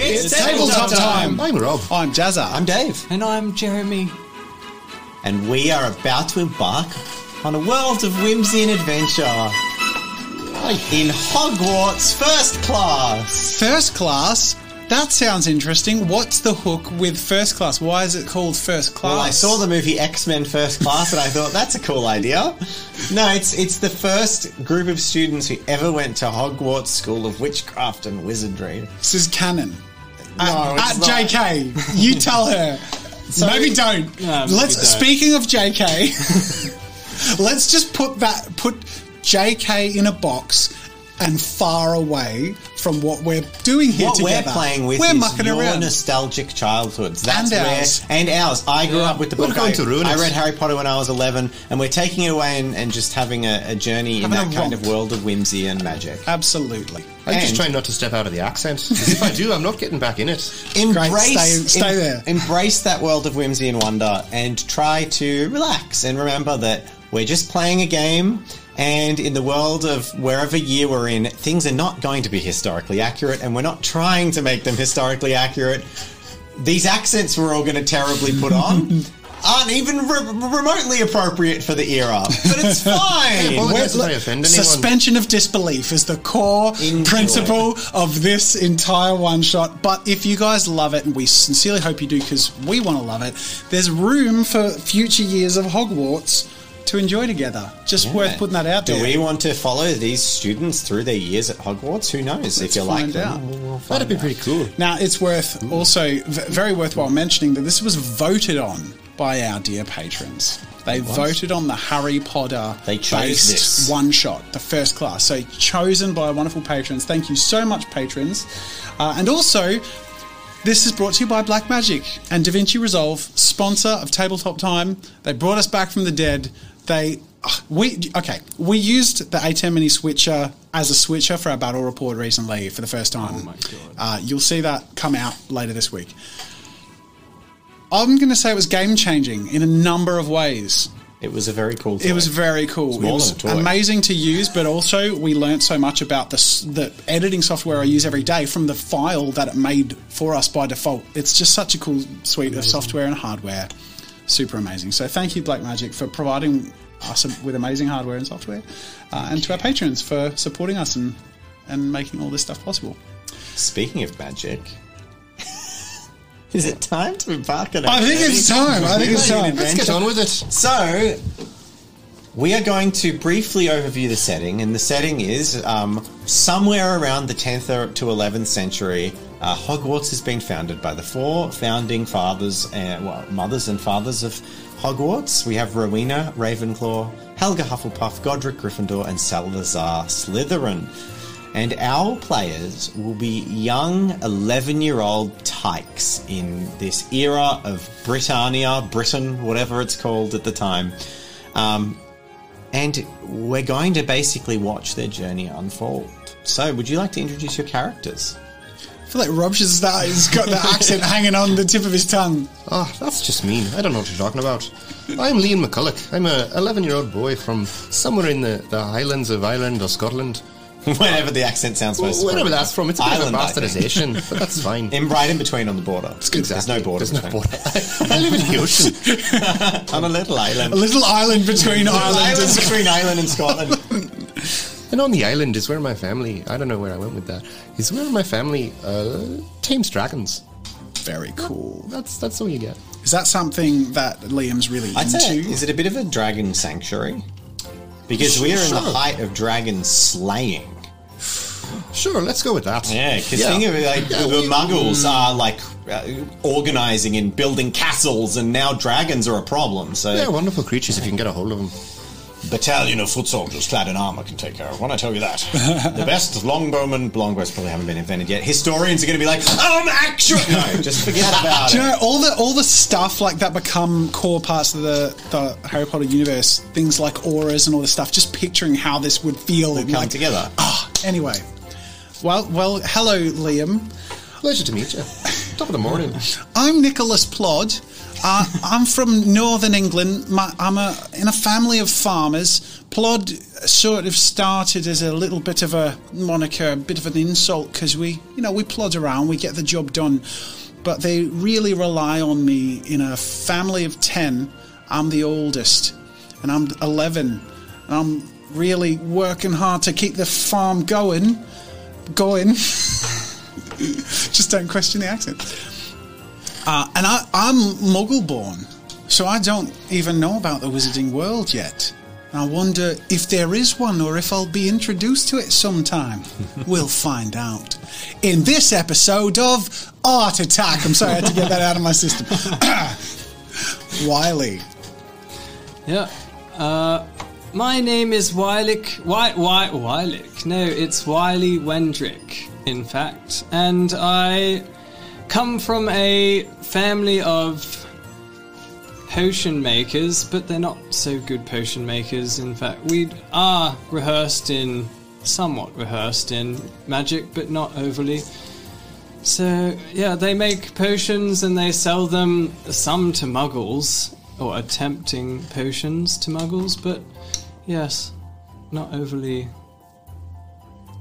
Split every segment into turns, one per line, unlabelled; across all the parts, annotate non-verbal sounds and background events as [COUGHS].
It's, tabletop, time.
I'm Rob.
I'm Jazza. I'm Dave.
And I'm Jeremy. And we are about to embark on a world of whimsy and adventure in Hogwarts First Class.
First class. That sounds interesting. What's the hook with first class? Why is it called first class?
Well, I saw the movie X Men First Class, and I thought that's a cool idea. No, it's it's the first group of students who ever went to Hogwarts School of Witchcraft and Wizardry.
This is canon.
No,
at,
it's not.
at JK, you tell her. maybe don't.
No, maybe
let's.
don't.
Speaking of JK, [LAUGHS] let's just put that put JK in a box and far away from what we're doing here
what
together.
we're playing with
we're
is
mucking
your
around.
nostalgic childhoods. That's
And
where,
ours.
And ours. I grew
Yeah.
up with the
We're
book.
going
I,
to ruin
I
it.
read Harry Potter when I was 11, and we're taking it away and, and just having a, a journey
Having
in
a
that kind
romp.
of world of whimsy and magic.
Absolutely.
I'm just
And-
trying not to step out of the accent. 'cause if I do, I'm not getting back in it.
Embrace,
Stay- stay
em-
there.
embrace that world of whimsy and wonder, and try to relax and remember that we're just playing a game. And in the world of wherever year we're in, things are not going to be historically accurate, and we're not trying to make them historically accurate. These accents we're all going to terribly put
[LAUGHS]
on aren't even re- remotely appropriate for the era, but
[LAUGHS]
it's fine.
Well, it
Wait,
doesn't
look,
really offend anyone.
suspension of disbelief is the core
Enjoy.
principle of this entire one shot. But if you guys love it, and we sincerely hope you do because we want to love it, there's room for future years of Hogwarts to enjoy together. Just worth putting that out
Do
there.
we want to follow these students through their years at Hogwarts? Who knows? if
Let's
you like
find out.
them, [LAUGHS] we'll find
That'd be
out.
pretty cool.
Now, it's worth also v- very worthwhile mentioning that this was voted on by our dear patrons. They voted on the Harry Potter
They chose
based
this.
one shot, the first class. So chosen by wonderful patrons. Thank you so much, patrons. Uh, and also, this is brought to you by Black Magic and Da Vinci Resolve, sponsor of Tabletop Time. They brought us back from the dead. They ugh, we okay. We used the ATEM Mini Switcher as a switcher for our battle report recently for the first time. Oh my god! Uh, you'll see that come out later this week. I'm going to say it was game changing in a number of ways.
It was a very cool.
It was
toy.
very cool.
more
it was
than a toy.
amazing to use, but also we learnt so much about the s- the editing software I use every day from the file that it made for us by default. It's just such a cool suite of software and hardware. Super amazing. So thank you, Blackmagic, for providing us with amazing hardware and software, uh, and to our patrons for supporting us and and making all this stuff possible.
Speaking of
[LAUGHS]
magic, is it time to embark on? our
I think
journey?
it's time. I think it's time.
Let's get on with it.
So, we are going to briefly overview the setting, and the setting is um, somewhere around the 10th or- to 11th century. Uh, Hogwarts has been founded by the four founding fathers, uh, well, mothers and fathers of Hogwarts. We have Rowena Ravenclaw, Helga Hufflepuff, Godric Gryffindor, and Salazar Slytherin. And our players will be young 11 year old tykes in this era of Britannia, Britain, whatever it's called at the time. Um, and we're going to basically watch their journey unfold. So, would you like to introduce your characters? [LAUGHS]
I feel like Rob has got the accent hanging on the tip of his tongue.
Oh, that's just mean. I don't know what you're talking about. I'm Liam McCulloch. I'm a 11 year old boy from somewhere in the, the highlands of Ireland or Scotland.
Whenever the accent sounds supposed
Well, wherever that's from, it's a bit
Ireland,
of
I
a
think. [LAUGHS]
bastardization, but that's fine.
In right in between on the border.
Exactly.
There's no border.
There's no
between.
border. [LAUGHS] I live in the
[LAUGHS]
ocean.
On a little island.
A little island between islands.
Island between Ireland and Scotland.
[LAUGHS] And on the island is where my family, I don't know where I went with that, is where my family uh, tames dragons.
Very cool.
That's that's all you get.
Is that something that Liam's really
I'd
into?
say, is it a bit of a dragon sanctuary? Because we are in the
Sure.
height of dragon slaying.
Sure, let's go with that.
Yeah, because think of it, like
Yeah, Mm.
the
we-
Muggles are like uh, organizing and building castles, and now dragons are a problem. So,
They're wonderful creatures if you can get a hold of them.
battalion of foot soldiers clad in armor can take care of one. I tell you
[LAUGHS]
that. the best longbowmen, longbows probably haven't been invented yet. Historians are going to be like, um, actually,
[LAUGHS]
no, just forget about
Do you
it.
know all the all the stuff like that become core parts of the, the Harry Potter universe? Things like auras and all this stuff. Just picturing how this would feel and
Come
like- "Oh,
together.
Anyway, well, well, hello, Liam.
Pleasure to meet you. Top of the morning.
I'm Nicholas Plod. Uh, I'm from northern England. My, I'm a, in a family of farmers. Plod sort of started as a little bit of a moniker, a bit of an insult because we, you know, we plod around, we get the job done. But they really rely on me in a family of 10. I'm the oldest and I'm 11. And I'm really working hard to keep the farm going. Going. [LAUGHS] Just don't question the accent. Uh, and I, I'm muggle born, so I don't even know about the wizarding world yet. And I wonder if there is one or if I'll be introduced to it
[LAUGHS]
sometime. we'll find out in this episode of Art Attack. I'm sorry I had to get that out of my system. [COUGHS] Wiley.
Yeah. Uh, my name is Wylick. Wy Wy Wylick. No, it's Wiley Wendrick, in fact. And I come from a family of potion makers, but they're not so good potion makers. In fact, we are rehearsed in, somewhat rehearsed in magic, but not overly. So, yeah, they make potions and they sell them, some to muggles, or attempting potions to muggles, but yes, not overly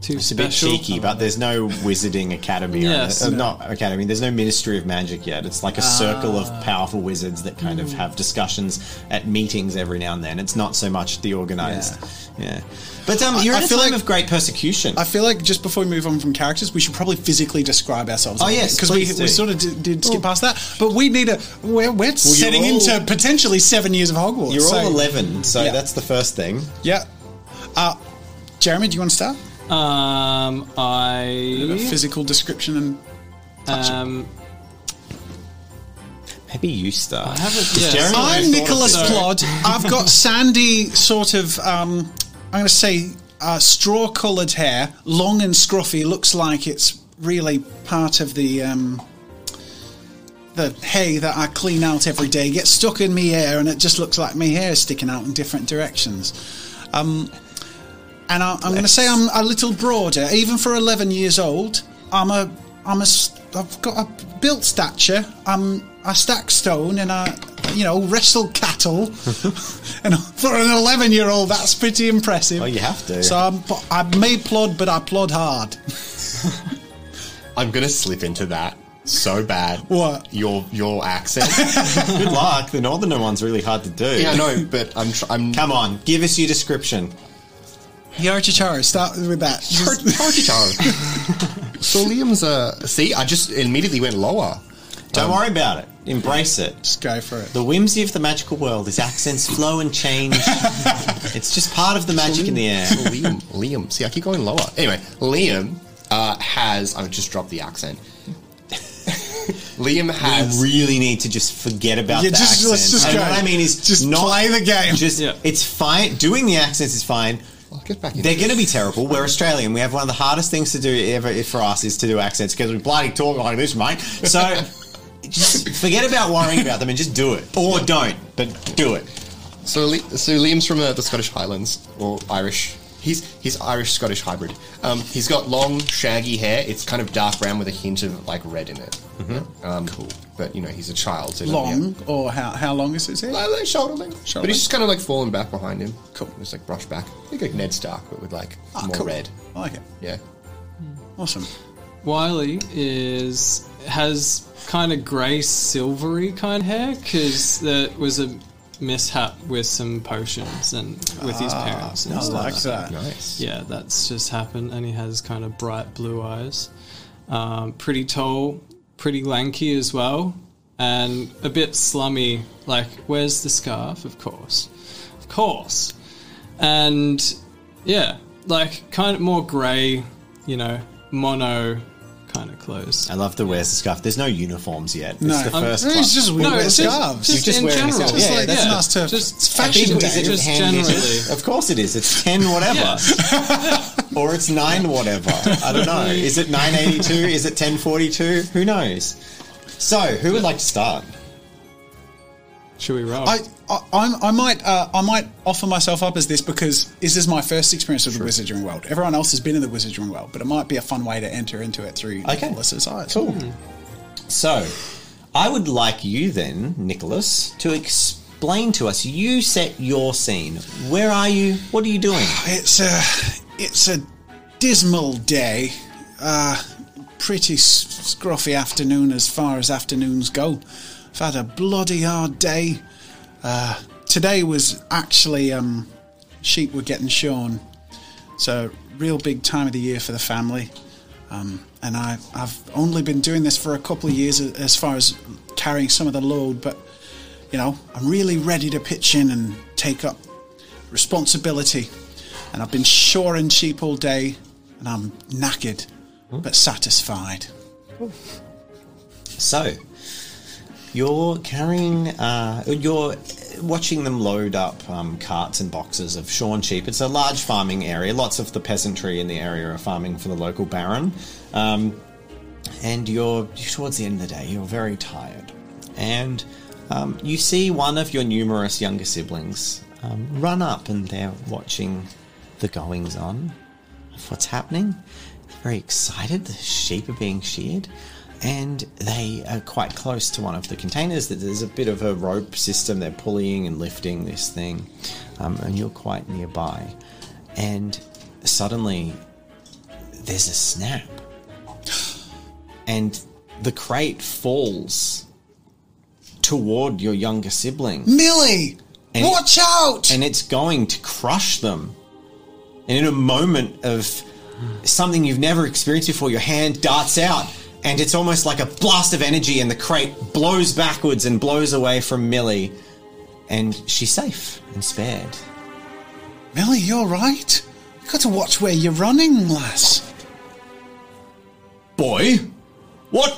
too
It's a bit
special.
cheeky, but there's no wizarding academy.
Yes.
on it. Uh, Not academy. There's no Ministry of Magic yet. It's like a circle of powerful wizards that kind of have discussions at meetings every now and then. It's not so much the organized. Yeah. But um, you're
I
in a
feel
time
like-
of great persecution.
I feel like just before we move on from characters, we should probably physically describe ourselves.
Oh, yes,
because we,
please
we
do. Oh.
sort of did, did skip past that. But we need a we're, we're setting
all-
into potentially seven years of Hogwarts.
you're
so-
all 11, so
Yeah.
that's the first thing.
Yeah. Uh, Jeremy, do you want to start?
Um,
A
I
physical description and touch.
um,
Maybe you start.
I haven't.
Does
yes.
Jeremy
I-
wanna
I'm
do
Nicholas
it?
Plod. I've got sandy, sort of, um, I'm going to say uh, straw coloured hair, long and scruffy, looks like it's really part of the. Um, the hay that I clean out every day gets stuck in me hair, and it just looks like my hair is sticking out in different directions. Um, and I, I'm going to say I'm a little broader, even for 11 years old. I'm a, I'm a, s- I've got a built stature. I'm, I stack stone, and I, you know, wrestle cattle. and for an 11 year old, that's pretty impressive.
Oh, you have to.
So I'm, I may plod, but I plod hard.
[LAUGHS] I'm gonna slip into that so bad.
What?
Your your [LAUGHS] accent?
Good luck. The northerner one's really hard to do.
yeah, no, but I'm tr- I'm
Come on, give us your description.
Yarchichara, start with that. [LAUGHS] Just-
[LAUGHS] so Liam's uh see, I just immediately went lower.
Don't
Um,
worry about it. Embrace it.
Just go for it.
The whimsy of the magical world is accents flow and
[LAUGHS]
change. it's just part of the magic in the air.
So Liam, Liam. See, I keep going lower. Anyway, Liam uh, has. I just dropped the accent. [LAUGHS] Liam
I
has.
really need to just forget about
Yeah,
the
just-
accent.
let's just
and
go.
what I mean is
Just
not
play the game.
Just
Yeah.
it's fine. Doing the accents is fine.
I'll get back in.
They're going to be terrible. We're Australian. We have one of the hardest things to do ever for us is to do accents because we bloody talk like this, mate. So [LAUGHS] just forget about worrying about them and just do it, or don't, but do it.
So, Li- so Liam's from uh, the Scottish Highlands or Irish. He's he's Irish Scottish hybrid. Um, he's got long, shaggy hair. It's kind of dark brown with a hint of like red in it. Um, cool. But you know, he's a child. So
long or how, how long is it?
Like, like shoulder length.
Shoulder
But
length.
he's just kind of like falling back behind him.
Cool.
Just like brush back. Think like Ned Stark, but with like
Ah,
more red.
I like it.
Yeah.
Awesome.
Wiley is has kind of grey, silvery kind of hair because there was a mishap with some potions and with his parents. And
I
stuff.
Ah, like that.
Nice.
Yeah, that's just happened, and he has kind of bright blue eyes. Um, pretty tall, pretty lanky as well, and a bit slummy. Like, where's the scarf? Of course, of course. And yeah, like kind of more grey, you know, mono kind of clothes.
I love the where's the scarf. There's no uniforms yet.
No,
it's the
I'm-
first.
it's
club.
just we wear
it's
scarves.
You're just
in
wearing a
general.
scarf. Yeah,
yeah, that's nice to- it's fashion
I think
day.
it's Just
Hand knitted.
generally.
Of course it is. It's [LAUGHS] 10 whatever.
Yeah.
[LAUGHS] Or it's 9 whatever. I don't know. Is it 982? Is it 1042? Who knows? So, who would like to start?
Should we roll?
I, I, I'm- I might uh, I might offer myself up as this because this is my first experience with the Wizarding World. Everyone else has been in the Wizarding World, but it might be a fun way to enter into it through
Okay.
Nicholas's eyes.
Cool. So, I would like you then, Nicholas, to explain to us. You set your scene. Where are you? What are you doing?
It's a it's a dismal day. Uh, pretty s- scruffy afternoon as far as afternoons go. I've had a bloody hard day. Uh, today was actually um, sheep were getting shorn, so real big time of the year for the family. Um, and I, I've only been doing this for a couple of years a- as far as carrying some of the load, but you know, I'm really ready to pitch in and take up responsibility. And I've been shoring sheep all day, and I'm knackered,
Hmm?
but satisfied.
So, you're carrying, uh, you're watching them load up um, carts and boxes of shorn sheep. It's a large farming area. Lots of the peasantry in the area are farming for the local baron. Um, and you're towards the end of the day, you're very tired. And um, you see one of your numerous younger siblings um, run up and they're watching the goings on of what's happening. They're very excited. The sheep are being sheared, and they are quite close to one of the containers. That There's a bit of a rope system. They're pulling and lifting this thing, um, and you're quite nearby. And suddenly, there's a snap, [GASPS] and the crate falls toward your younger sibling
Millie,
And-
watch out!
and it's going to crush them. And in a moment of something you've never experienced before, your hand darts out, and it's almost like a blast of energy, and the crate blows backwards and blows away from Millie, and she's safe and spared.
Millie, you're right. You got to watch where you're running, lass.
Boy, what?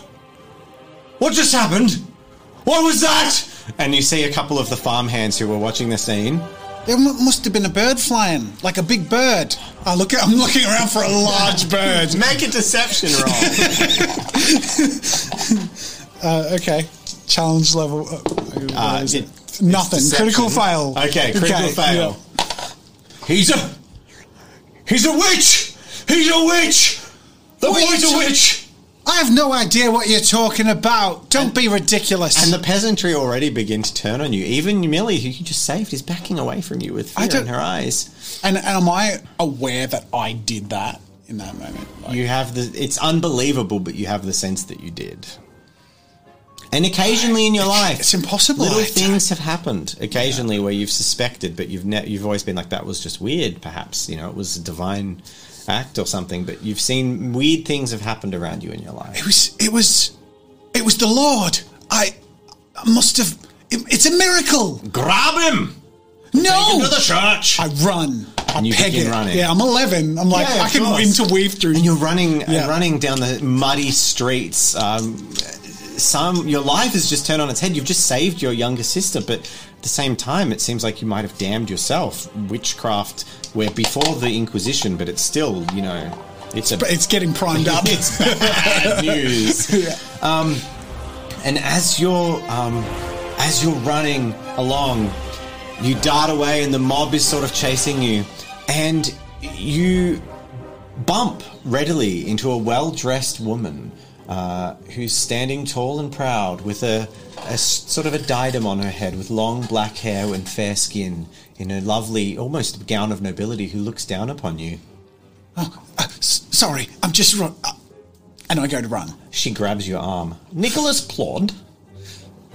What just happened? What was that? And you see a couple of the farmhands who were watching the scene.
There mu- must have been a bird flying, like a big bird. I look at, I'm looking around for a
[LAUGHS]
large bird.
Make a deception roll.
Uh, okay, challenge level. Uh, what
Uh,
is
it-
it? Nothing.
deception.
Critical fail.
Okay, critical fail.
yeah.
He's a He's a witch! He's a witch! The
Wait,
boy's a
so-
witch!
I have no idea what you're talking about. Don't be ridiculous.
And the peasantry already begin to turn on you. Even Millie, who you just saved, is backing away from you with fear
I
in
don't-
her eyes.
And, and am I aware that I did that in that moment? Like,
You have the it's unbelievable, but you have the sense that you did. And occasionally in your life,
it's impossible.
Little
I-
things have happened occasionally where you've suspected, but you've ne- you've always been like that was just weird. Perhaps you know it was a divine act or something, but you've seen weird things have happened around you in your life.
It was. It was. It was the Lord. I, I must have. It, it's a miracle.
Grab him!
No.
church.
I run. I
And you
peg
begin
it.
running.
Yeah, I'm 11. I'm like
Yeah,
I
of
can
course.
interweave through.
And you're running,
Yeah.
and running down the muddy streets. Um, some your life has just turned on its head. You've just saved your younger sister, but at the same time, it seems like you might have damned yourself. Witchcraft, where before the Inquisition, but it's still, you know, it's a
But [LAUGHS] it's getting
[LAUGHS]
primed up.
it's bad news. Um, and as you're um, as you're running along, you dart away, and the mob is sort of chasing you, and you bump readily into a well-dressed woman uh, who's standing tall and proud with a, a s- sort of a diadem on her head with long black hair and fair skin in a lovely almost gown of nobility who looks down upon you
Oh, uh, s- sorry, I'm just run. Uh, and I go to run.
She grabs your arm. Nicholas Plod?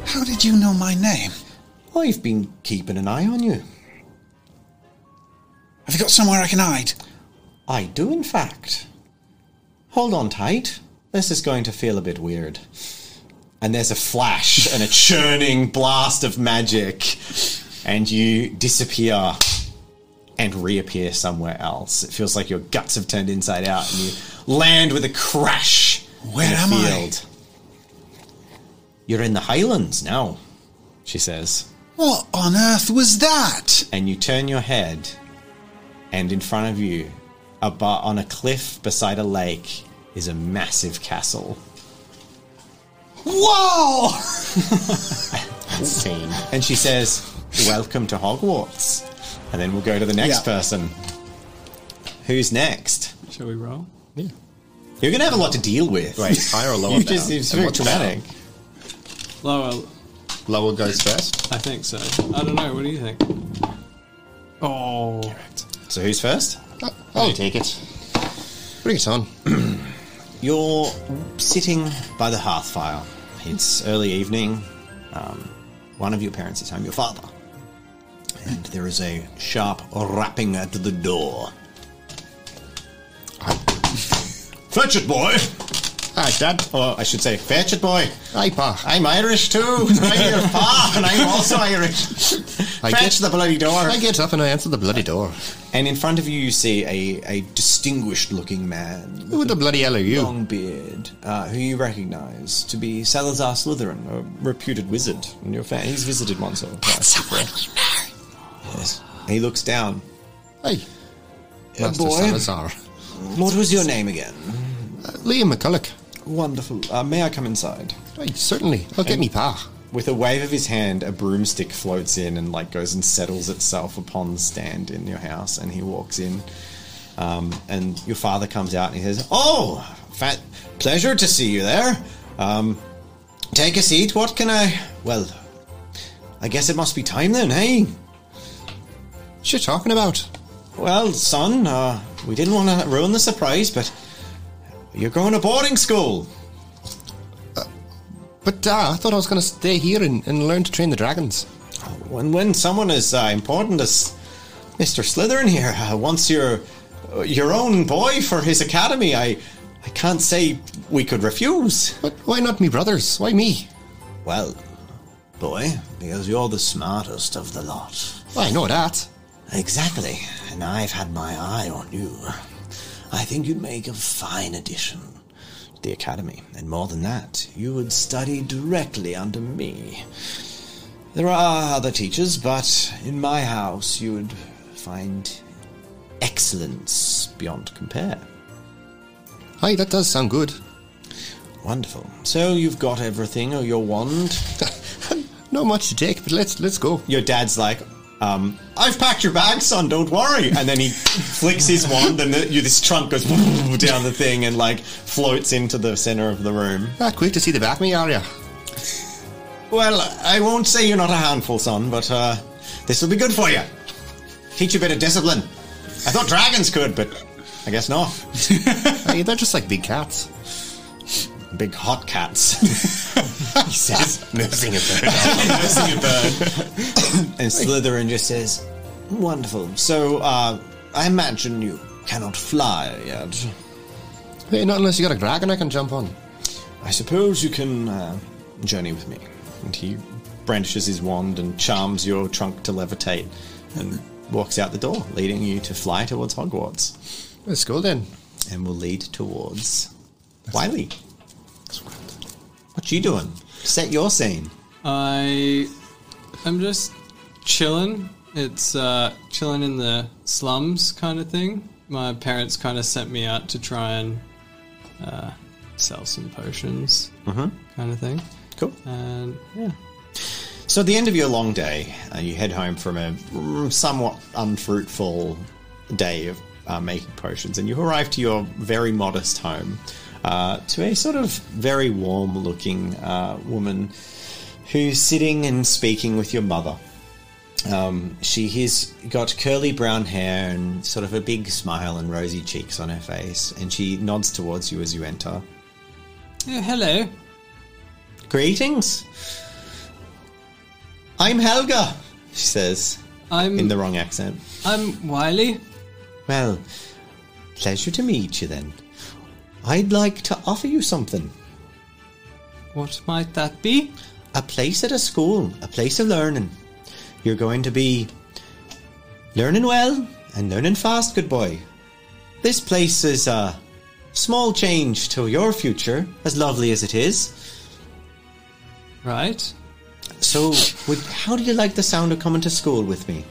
How did you know my name?
I've been keeping an eye on you.
Have you got somewhere I can hide?
I do, in fact. Hold on tight. This is going to feel a bit weird. And there's a flash and a churning blast of magic, and you disappear and reappear somewhere else. It feels like your guts have turned inside out, and you land with a crash
Where
in a
am I?
field. You're in the Highlands now, she says.
What on earth was that?
and you turn your head, and in front of you, abo on a cliff beside a lake, is a massive castle.
Whoa! [LAUGHS]
Scene.
And she says, Welcome to Hogwarts. And then we'll go to the next
Yeah.
person. Who's next?
Shall we roll?
Yeah.
You're going to have a lot to deal with. [LAUGHS]
Wait, [LAUGHS] higher or lower
you just,
bound?
it's
And
very
what's
traumatic.
Laurel,
bound? Lower goes first.
I think so. I don't know. What do you think? Oh,
So who's first?
Oh, I'll take it. Bring it on.
You're sitting by the hearth fire. It's early evening. Um, one of your parents is home, your father. And there is a sharp rapping at the door. Fetch it, boy!
Hi, Dad.
Or I should say, fetch it, boy!
Hi, Pa.
I'm Irish too! I'm [LAUGHS] your pa, and I'm also Irish!
I
fetch
get-
the bloody door!
I get up and I answer the bloody door.
And in front of you, you see a, a distinguished looking man
Who the bloody hell are you?
long beard, uh, who you recognise to be Salazar Slytherin, a reputed wizard in your family. He's visited once or twice. Someone Yes. He looks down.
Hey, Master
boy.
Salazar.
What was your name again?
Uh, Liam McCulloch.
Wonderful. Uh, may I come inside?
Hey, certainly. I'll get me Pa.
With a wave of his hand, a broomstick floats in and like goes and settles itself upon the stand in your house, and he walks in. Um, and your father comes out and he says, "Oh, fat pleasure to see you there. Um, take a seat. What can I? Well, I guess it must be time then, hey?
What you talking about?
Well, son, uh, we didn't want to ruin the surprise, but you're going to boarding school.
But Da, I thought I was going to stay here and, and learn to train the dragons.
When when someone as uh, important as Mister Slytherin here uh, wants your uh, your own boy for his academy, I I can't say we could refuse.
But why not me brothers? Why me?
Well, boy, because you're the smartest of the lot.
Well, I know that.
Exactly, and I've had my eye on you. I think you'd make a fine addition to the academy, and more than that, you would study directly under me. There are other teachers, but in my house, you would find excellence beyond compare.
Aye, that does sound good. [LAUGHS]
Wonderful. So you've got everything, or your wand?
Not much to take, but let's let's go.
your dad's like, um, I've packed your bag, son. Don't worry. And then he flicks his wand, and the, you, this trunk goes [LAUGHS] down the thing and like floats into the center of the room.
Ah, quick to see the back of me, are ya?
Well, I won't say you're not a handful, son, but uh, this will be good for you. Teach you a bit of discipline. I thought dragons could, but I guess not.
Aye, they're just like big [LAUGHS] cats.
Big hot cats. [LAUGHS] he
[LAUGHS]
says, nursing a bird. nursing a bird. and Slytherin just says, Wonderful. So, uh, I imagine you cannot fly yet.
Hey, not unless you got a dragon I can jump on.
I suppose you can uh, journey with me. And he brandishes his wand and charms your trunk to levitate and walks out the door, leading you to fly towards Hogwarts.
Let's go then.
And will lead towards Wiley. What you doing? Set your scene.
I, I'm just chilling. It's uh, chilling in the slums kind of thing. My parents kind of sent me out to try and uh, sell some potions,
Mm-hmm.
kind of thing.
Cool.
And yeah,
So at the end of your long day, uh, you head home from a mm, somewhat unfruitful day of uh, making potions, and you arrive to your very modest home uh, to a sort of very warm-looking uh, woman who's sitting and speaking with your mother. Um, she has got curly brown hair and sort of a big smile and rosy cheeks on her face, and she nods towards you as you enter.
yeah hello.
Greetings. I'm Helga, she says
I'm
in the wrong accent.
I'm Wiley.
Well, pleasure to meet you then. I'd like to offer you something.
What might that be?
A place at a school, a place of learning. You're going to be learning well and learning fast, good boy. This place is a small change to your future, as lovely as it is.
Right.
So, would, how do you like the sound of coming to school with me?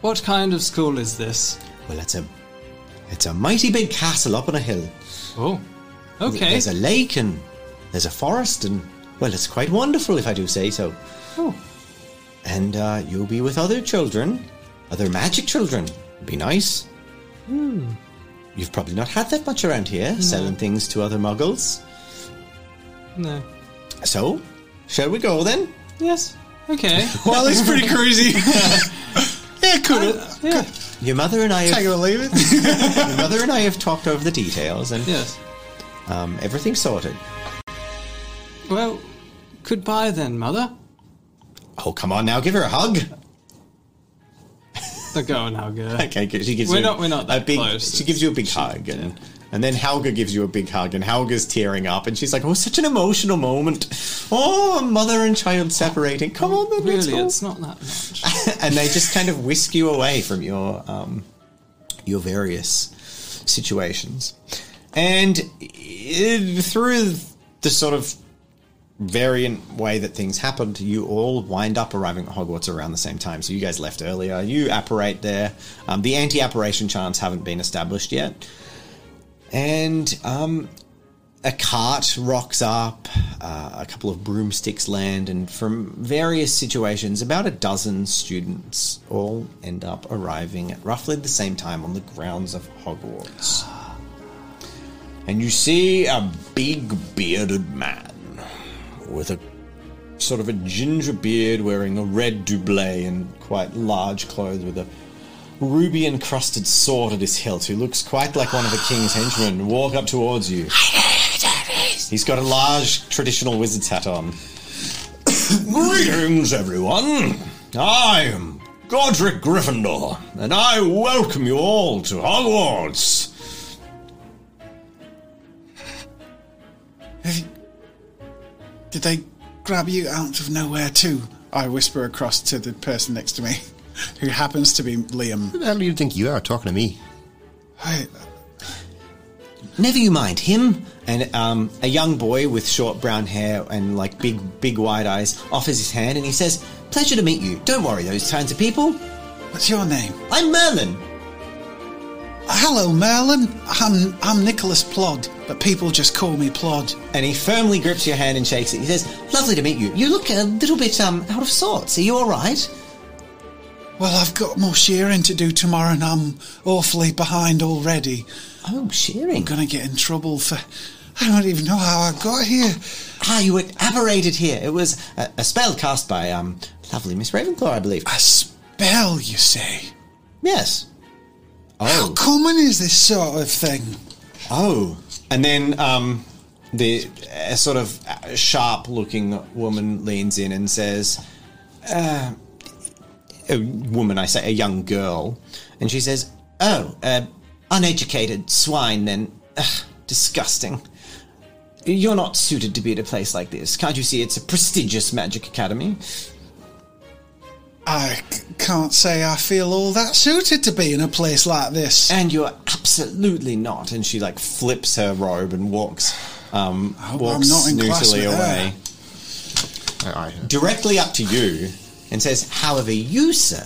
What kind of school is this?
Well, it's a it's a mighty big castle up on a hill.
Oh, okay.
There's a lake and there's a forest and well, it's quite wonderful if I do say so.
Oh,
And uh, you'll be
Hmm.
with other children, other magic children. Be nice. you've probably not had that much around here, selling things to other muggles.
No.
So, shall we go then?
Yes.
[LAUGHS]
Okay.
Well, it's pretty crazy. yeah, could have.
yeah.
Your mother and I
Take it
have,
or leave it.
[LAUGHS] your mother and I have talked over the details and
Yes.
um, everything's sorted.
Well, goodbye then, mother.
Oh, come on now, give her a hug.
The go and hug her.
[LAUGHS] Okay, good. she gives
We're
you
not- we're not
a
that
big,
close.
She gives you a big hug, and, and then Helga gives you a big hug, and Helga's tearing up, and she's like, "Oh, such an emotional moment. Oh, a mother and child separating. Come on, then, let's
Really,
go."
it's not that much.
[LAUGHS] and they just kind of whisk you away from your um, your various situations, and uh, through the sort of variant way that things happened, you all wind up arriving at Hogwarts around the same time. So you guys left earlier. You apparate there. Um, the anti-apparation chants haven't been established yet, and um, a cart rocks up, uh, a couple of broomsticks land, and from various situations, about a dozen students all end up arriving at roughly the same time on the grounds of Hogwarts. And you see a big bearded man with a sort of a ginger beard wearing a red doublet and quite large clothes with a ruby encrusted sword at his hilt who looks quite like one of the king's henchmen walk up towards you. He's got a large traditional wizard's hat on. [COUGHS] Greetings, everyone. I am Godric Gryffindor, and I welcome you all to Hogwarts.
Did they grab you out of nowhere too? I whisper across to the person next to me, [LAUGHS] who happens to be Liam.
Who the hell do you think you are talking to me?
I,
Never you mind him. And um, a young boy with short brown hair and like big, big wide eyes offers his hand and he says, "Pleasure to meet you. Don't worry, those kinds of people.
what's your name?
I'm Merlin."
Hello, Merlin. I'm I'm Nicholas Plod, but people just call me Plod.
And he firmly grips your hand and shakes it. He says, "Lovely to meet you. You look a little bit um out of sorts. Are you all right?"
Well, I've got more shearing to do tomorrow, and I'm awfully behind already.
Oh, shearing.
I'm gonna get in trouble for. I don't even know how I got here.
Ah, you were apparated here. It was a, a spell cast by um lovely Miss Ravenclaw, I believe.
A spell, you say?
Yes.
How common is this sort of thing?
Oh. And then um, the uh, sort of sharp-looking woman leans in and says, uh, "A woman, I say, a young girl," and she says, "Oh, uh, uneducated swine. Then, Ugh, disgusting." You're not suited to be at a place like this. Can't you see it's a prestigious magic academy?
I c- can't say I feel all that suited to be in a place like this.
Eh.
and you're absolutely not. And she like flips her robe and walks, um,
hope
walks
I'm not in class
snootily
with her.
away
I, I,
directly up to you, and says, "However, you, sir,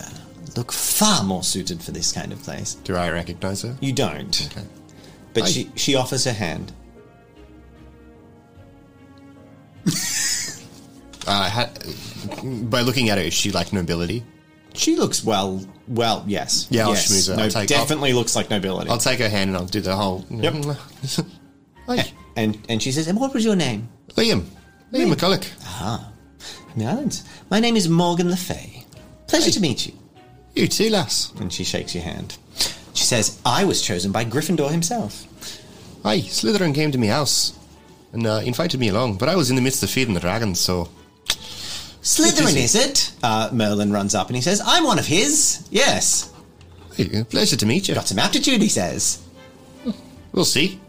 look far more suited for this kind of place."
do I recognize her?
You don't,
Okay.
but
I-
she she offers her hand.
Uh, had, by looking at her, is she like nobility?
She looks well, well, yes,
Yeah, I'll
yes.
schmooze her.
No,
I'll take-
definitely looks like nobility.
I'll take her hand and I'll do the whole. [LAUGHS] Yep. like,
and and she says, "And what was your name?"
Liam. Liam McCulloch.
From the islands. My name is Morgan Le Fay. Pleasure to meet you.
You too, lass.
And she shakes your hand. She says, "I was chosen by Gryffindor himself."
Aye, Slytherin came to me house and uh, invited me along, but I was in the midst of feeding the dragons, so.
Slytherin, is it? Uh, Merlin runs up and he says, I'm one of his. Yes.
Hey, uh, pleasure to meet you.
Got some aptitude, he says.
We'll see.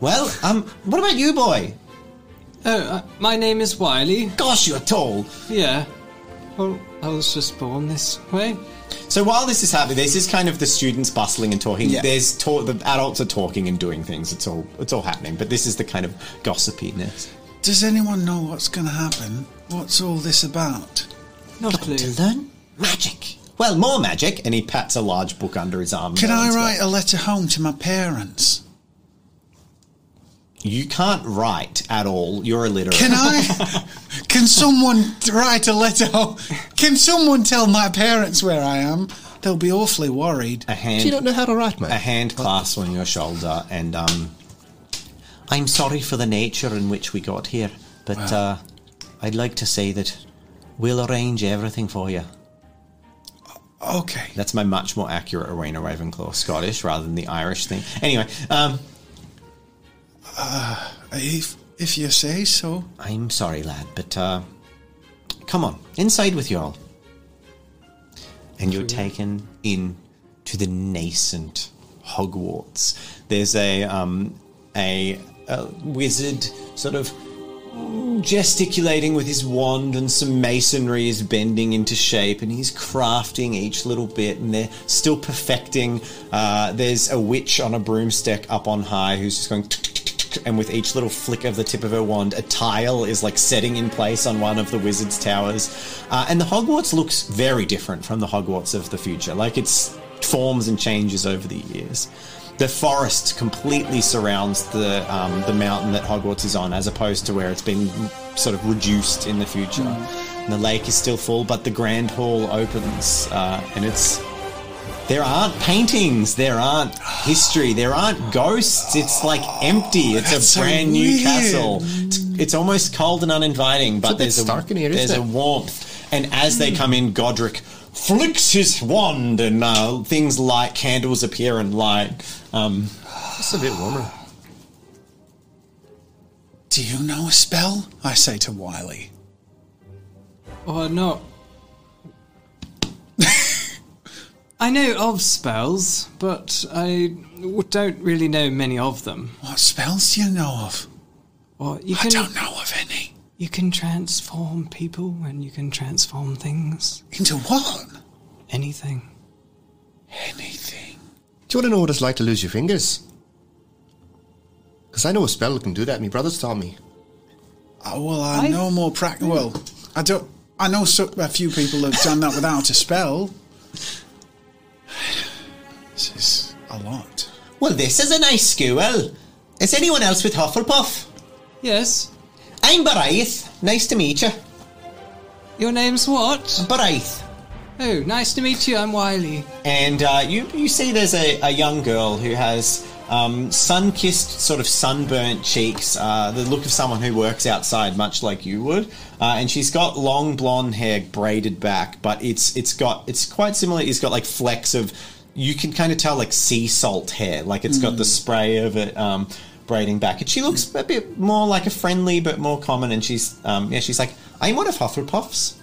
Well, um, what about you, boy?
Oh, uh, my name is Wiley.
Gosh, you're tall.
Yeah. Well, I was just born this way.
So while this is happening, this is kind of the students bustling and talking.
Yeah.
There's talk, the adults are talking and doing things. It's all it's all happening. But this is the kind of gossipiness.
Does anyone know what's going to happen? What's all this about?
Not a clue.
learn magic. Well, more magic. And he pats a large book under his arm.
Can I
Merlin's got-
write a letter home to my parents?
You can't write at all. You're illiterate.
Can
[LAUGHS]
I? can someone write a letter home? Can someone tell my parents where I am? They'll be awfully worried.
Eh.
a hand
You don't know how to write, mate.
a hand clasp on your shoulder, and um, I'm sorry for the nature in which we got here, but uh, I'd like to say that we'll arrange everything for you.
Okay.
That's my much more accurate Arena Ravenclaw Scottish rather than the Irish thing. Anyway, um,
If if you say so.
I'm sorry, lad, but uh, come on, inside with you all. And you're taken in to the nascent Hogwarts. There's a um, a, a wizard sort of gesticulating with his wand and some masonry is bending into shape and he's crafting each little bit and they're still perfecting uh, there's a witch on a broomstick up on high who's just going tick, tick, tick, tick, tick, and with each little flick of the tip of her wand a tile is like setting in place on one of the wizard's towers uh, and the hogwarts looks very different from the hogwarts of the future like it's forms and changes over the years the forest completely surrounds the um, the mountain that Hogwarts is on, as opposed to where it's been sort of reduced in the future.
Mm.
And the lake is still full, but the grand hall opens, uh, and it's there aren't paintings, there aren't history, there aren't ghosts. It's like empty. It's
that's
a
so
brand new
weird.
castle. It's, it's almost cold and uninviting, but
a bit
there's a
stark in here, isn't
there's
it?
a warmth. And as they come in, Godric flicks his wand, and uh, things light, candles appear and light. Um,
It's a bit warmer.
Do you know a spell? I say to Wiley.
Or Oh, not. [LAUGHS] I know of spells, but I w- don't really know many of them.
What spells do you know of?
Or you
I
can
don't know of any.
you can transform people and you can transform things.
Into what?
Anything.
Anything.
Do you want to know what it's like to lose your fingers? Because I know a spell that can do that. My brothers taught me.
Oh, well, I, know more prac. Well, I don't. I know so, a few people have done that without a spell. [SIGHS] This is a lot.
well, this is a nice school. Is anyone else with Hufflepuff?
Yes.
I'm Baraith. Nice to meet you.
Your name's what?
Baraith.
Uh.
Oh, nice to meet you. I'm Wiley.
and uh, you you see there's a, a young girl who has um, sun-kissed, sort of sunburnt cheeks, uh, the look of someone who works outside, much like you would, uh, and she's got long blonde hair braided back, but it's it's got it's quite similar. It's got like flecks of you can kind of tell like sea salt hair, like it's got the spray of it. Um, braiding back and she looks a bit more like a friendly but more common and she's um, yeah she's like i'm one of hufflepuff's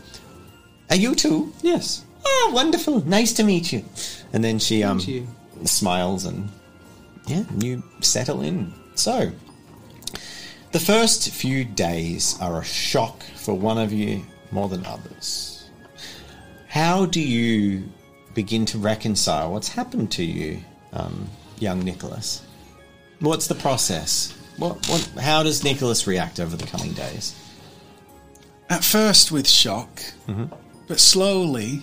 are you too
Yes.
Ah, wonderful. Nice to meet you. And then she um
you.
smiles and yeah, you settle in. So, the first few days are a shock for one of you more than others. How do you begin to reconcile what's happened to you, um, young Nicholas? What's the process? What, what, how does Nicholas react over the coming days?
At first with shock, but slowly,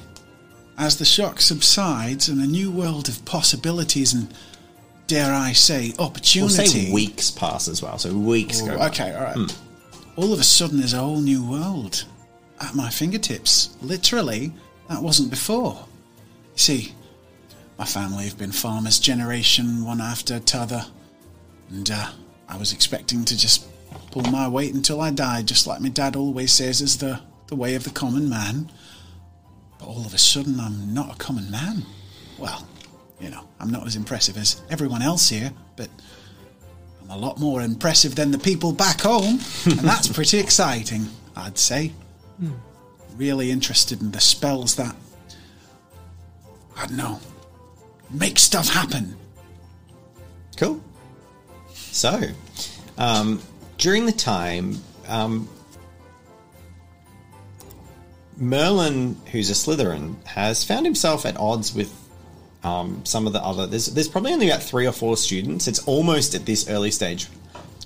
as the shock subsides and a new world of possibilities and, dare I say,
We'll
opportunity.
say weeks pass as well. So weeks go. by.
Okay, all right. All of a sudden, there's a whole new world at my fingertips. Literally, that wasn't before. You see, my family have been farmers generation one after t'other, and uh, I was expecting to just pull my weight until I died, just like my dad always says is the, the way of the common man. But all of a sudden, I'm not a common man. Well, you know, I'm not as impressive as everyone else here, but I'm a lot more impressive than the people back home, and that's pretty exciting, I'd say. Really interested in the spells that. I don't know. Make stuff happen.
Cool. So, um, during the time, um, Merlin, who's a Slytherin, has found himself at odds with um, some of the other. There's, there's probably only about three or four students. It's almost at this early stage.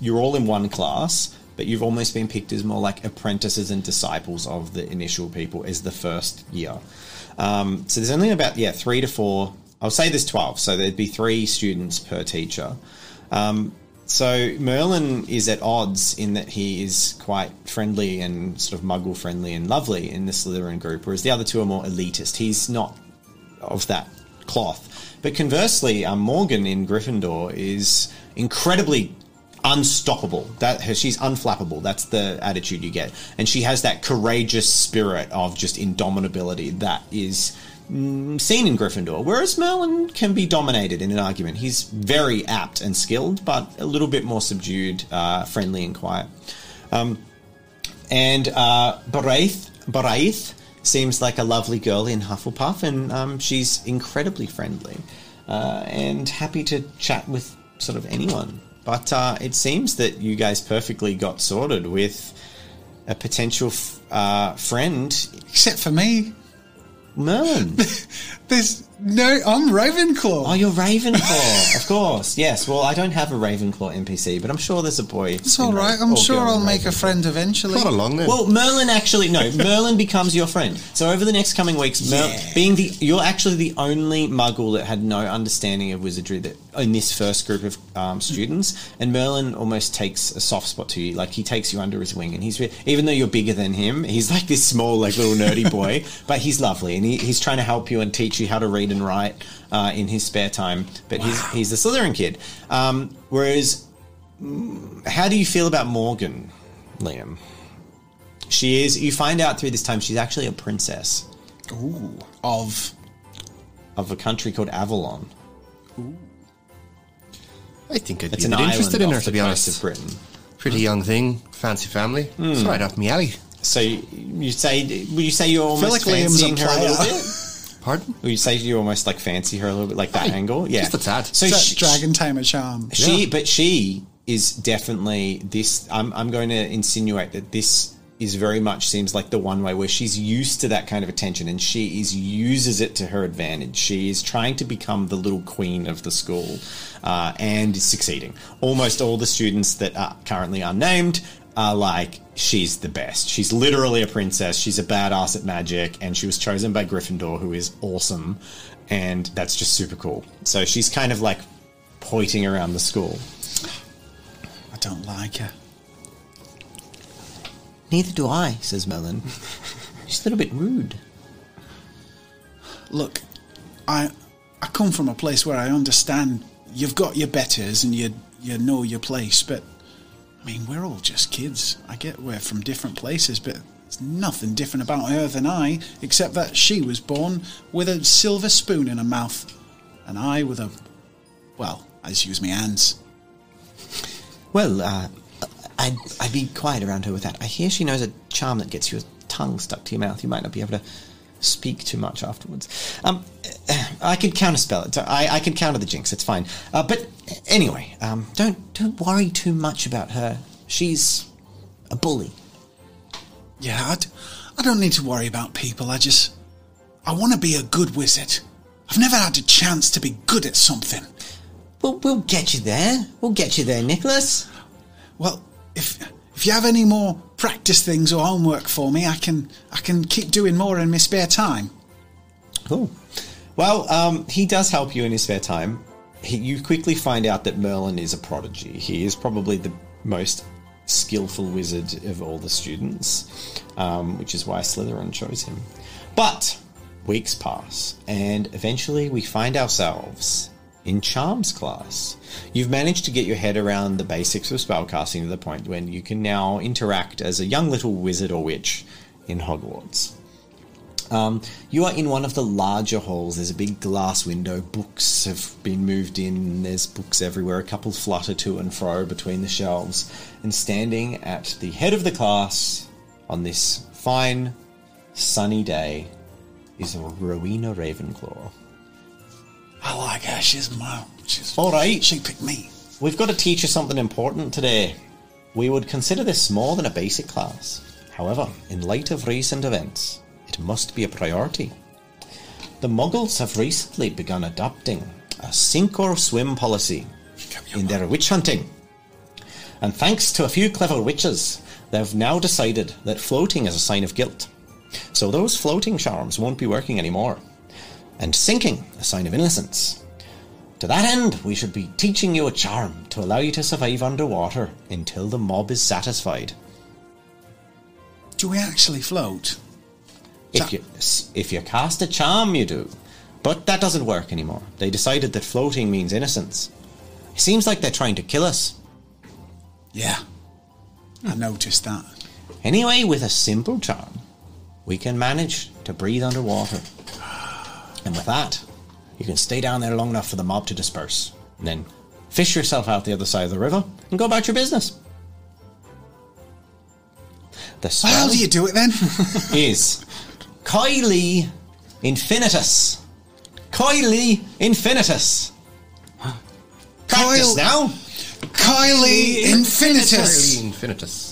You're all in one class, but you've almost been picked as more like apprentices and disciples of the initial people as the first year. Um, so there's only about yeah three to four. I'll say there's twelve, so there'd be three students per teacher. Um, so Merlin is at odds in that he is quite friendly and sort of muggle friendly and lovely in the Slytherin group, whereas the other two are more elitist. He's not of that cloth. But conversely, um, Morgan in Gryffindor is incredibly unstoppable. That her, she's unflappable. That's the attitude you get, and she has that courageous spirit of just indomitability that is mm, seen in Gryffindor. Whereas Merlin can be dominated in an argument. He's very apt and skilled, but a little bit more subdued, uh, friendly, and quiet. Um, and uh, Baraith, Baraith seems like a lovely girl in Hufflepuff, and um, she's incredibly friendly uh, and happy to chat with sort of anyone. But uh, it seems that you guys perfectly got sorted with a potential f- uh, friend,
Except for me. [LAUGHS]
Merlin.
There's no. I'm Ravenclaw.
oh, you're Ravenclaw, of course. Yes. Well, I don't have a Ravenclaw NPC, but I'm sure there's a boy.
it's all right. I'm sure I'll make a friend eventually.
Not along then.
Well, Merlin actually no. Merlin becomes your friend. So over the next coming weeks, Mer- being the you're actually the only Muggle that had no understanding of wizardry that in this first group of um, students, and Merlin almost takes a soft spot to you. Like he takes you under his wing, and he's re- even though you're bigger than him, he's like this small, like little nerdy boy, but he's lovely, and he, he's trying to help you and teach you how to read and write uh, in his spare time. But he's he's a Slytherin kid. Um, whereas, mm, how do you feel about Morgan, Liam? She is. You find out through this time she's actually a princess
Ooh, of
of a country called Avalon.
I think I'd
It's an
be a bit
island
interested in
off
her, to
the
be
coast of
honest.
Britain.
Pretty young thing, fancy family.
Hmm.
It's right up me alley.
So you you say would you say you're
feel
almost
like Liam's a
fancying her a little
player.
bit?
Pardon?
Would you say you almost like fancy her a little bit, like that
Aye,
angle? Yeah,
just a tad.
So
It's that
she,
dragon tamer charm.
she
Yeah.
but she is definitely this I'm, I'm going to insinuate that this is very much seems like the one way where she's used to that kind of attention and she is uses it to her advantage she is trying to become the little queen of the school uh, and is succeeding almost all the students that are currently unnamed are like she's the best she's literally a princess she's a badass at magic and she was chosen by gryffindor who is awesome and that's just super cool so she's kind of like pointing around the school.
I don't like her.
Neither do I, says [LAUGHS] Merlin. She's a little bit rude.
Look, I I come from a place where I understand you've got your betters and you you know your place, but I mean we're all just kids. I get we're from different places, but there's nothing different about her than I, except that she was born with a silver spoon in her mouth, and I with a well, I just use my hands.
Well, uh, I'd, I'd be quiet around her with that. I hear she knows a charm that gets your tongue stuck to your mouth. You might not be able to speak too much afterwards. Um, I could counterspell it. I, I could counter the jinx. It's fine. Uh, but anyway, um, don't don't worry too much about her. She's a bully.
Yeah, I, d- I don't need to worry about people. I just I want to be a good wizard. I've never had a chance to be good at something.
We'll, we'll get you there. We'll get you there, Nicholas.
Well, if if you have any more practice things or homework for me, I can I can keep doing more in my spare time.
Cool. Well, um, he does help you in his spare time. He, you quickly find out that Merlin is a prodigy. He is probably the most skillful wizard of all the students, um, which is why Slytherin chose him. But weeks pass, and eventually we find ourselves in charms class. You've managed to get your head around the basics of spellcasting to the point when you can now interact as a young little wizard or witch in Hogwarts. Um, you are in one of the larger halls. There's a big glass window. Books have been moved in. There's books everywhere. A couple flutter to and fro between the shelves. And standing at the head of the class on this fine, sunny day is Rowena Ravenclaw.
I like her. She's my she's
All right.
She picked me.
We've got to teach you something important today. We would consider this more than a basic class. However, in light of recent events, it must be a priority. The Muggles have recently begun adopting a sink or swim policy in their witch hunting. And thanks to a few clever witches, they've now decided that floating is a sign of guilt. So those floating charms won't be working anymore. And sinking, a sign of innocence. To that end, we should be teaching you a charm to allow you to survive underwater until the mob is satisfied.
Do we actually float?
If you if you cast a charm, you do. But that doesn't work anymore. They decided that floating means innocence. It seems like they're trying to kill us.
Yeah. I noticed that.
Anyway, with a simple charm, we can manage to breathe underwater. And with that, you can stay down there long enough for the mob to disperse. And then fish yourself out the other side of the river and go about your business. The
How
spell
do you do it then?
[LAUGHS] is Kylie Infinitus. Kylie Infinitus. Practice
Coil-
now.
Kylie Infinitus.
Infinitus.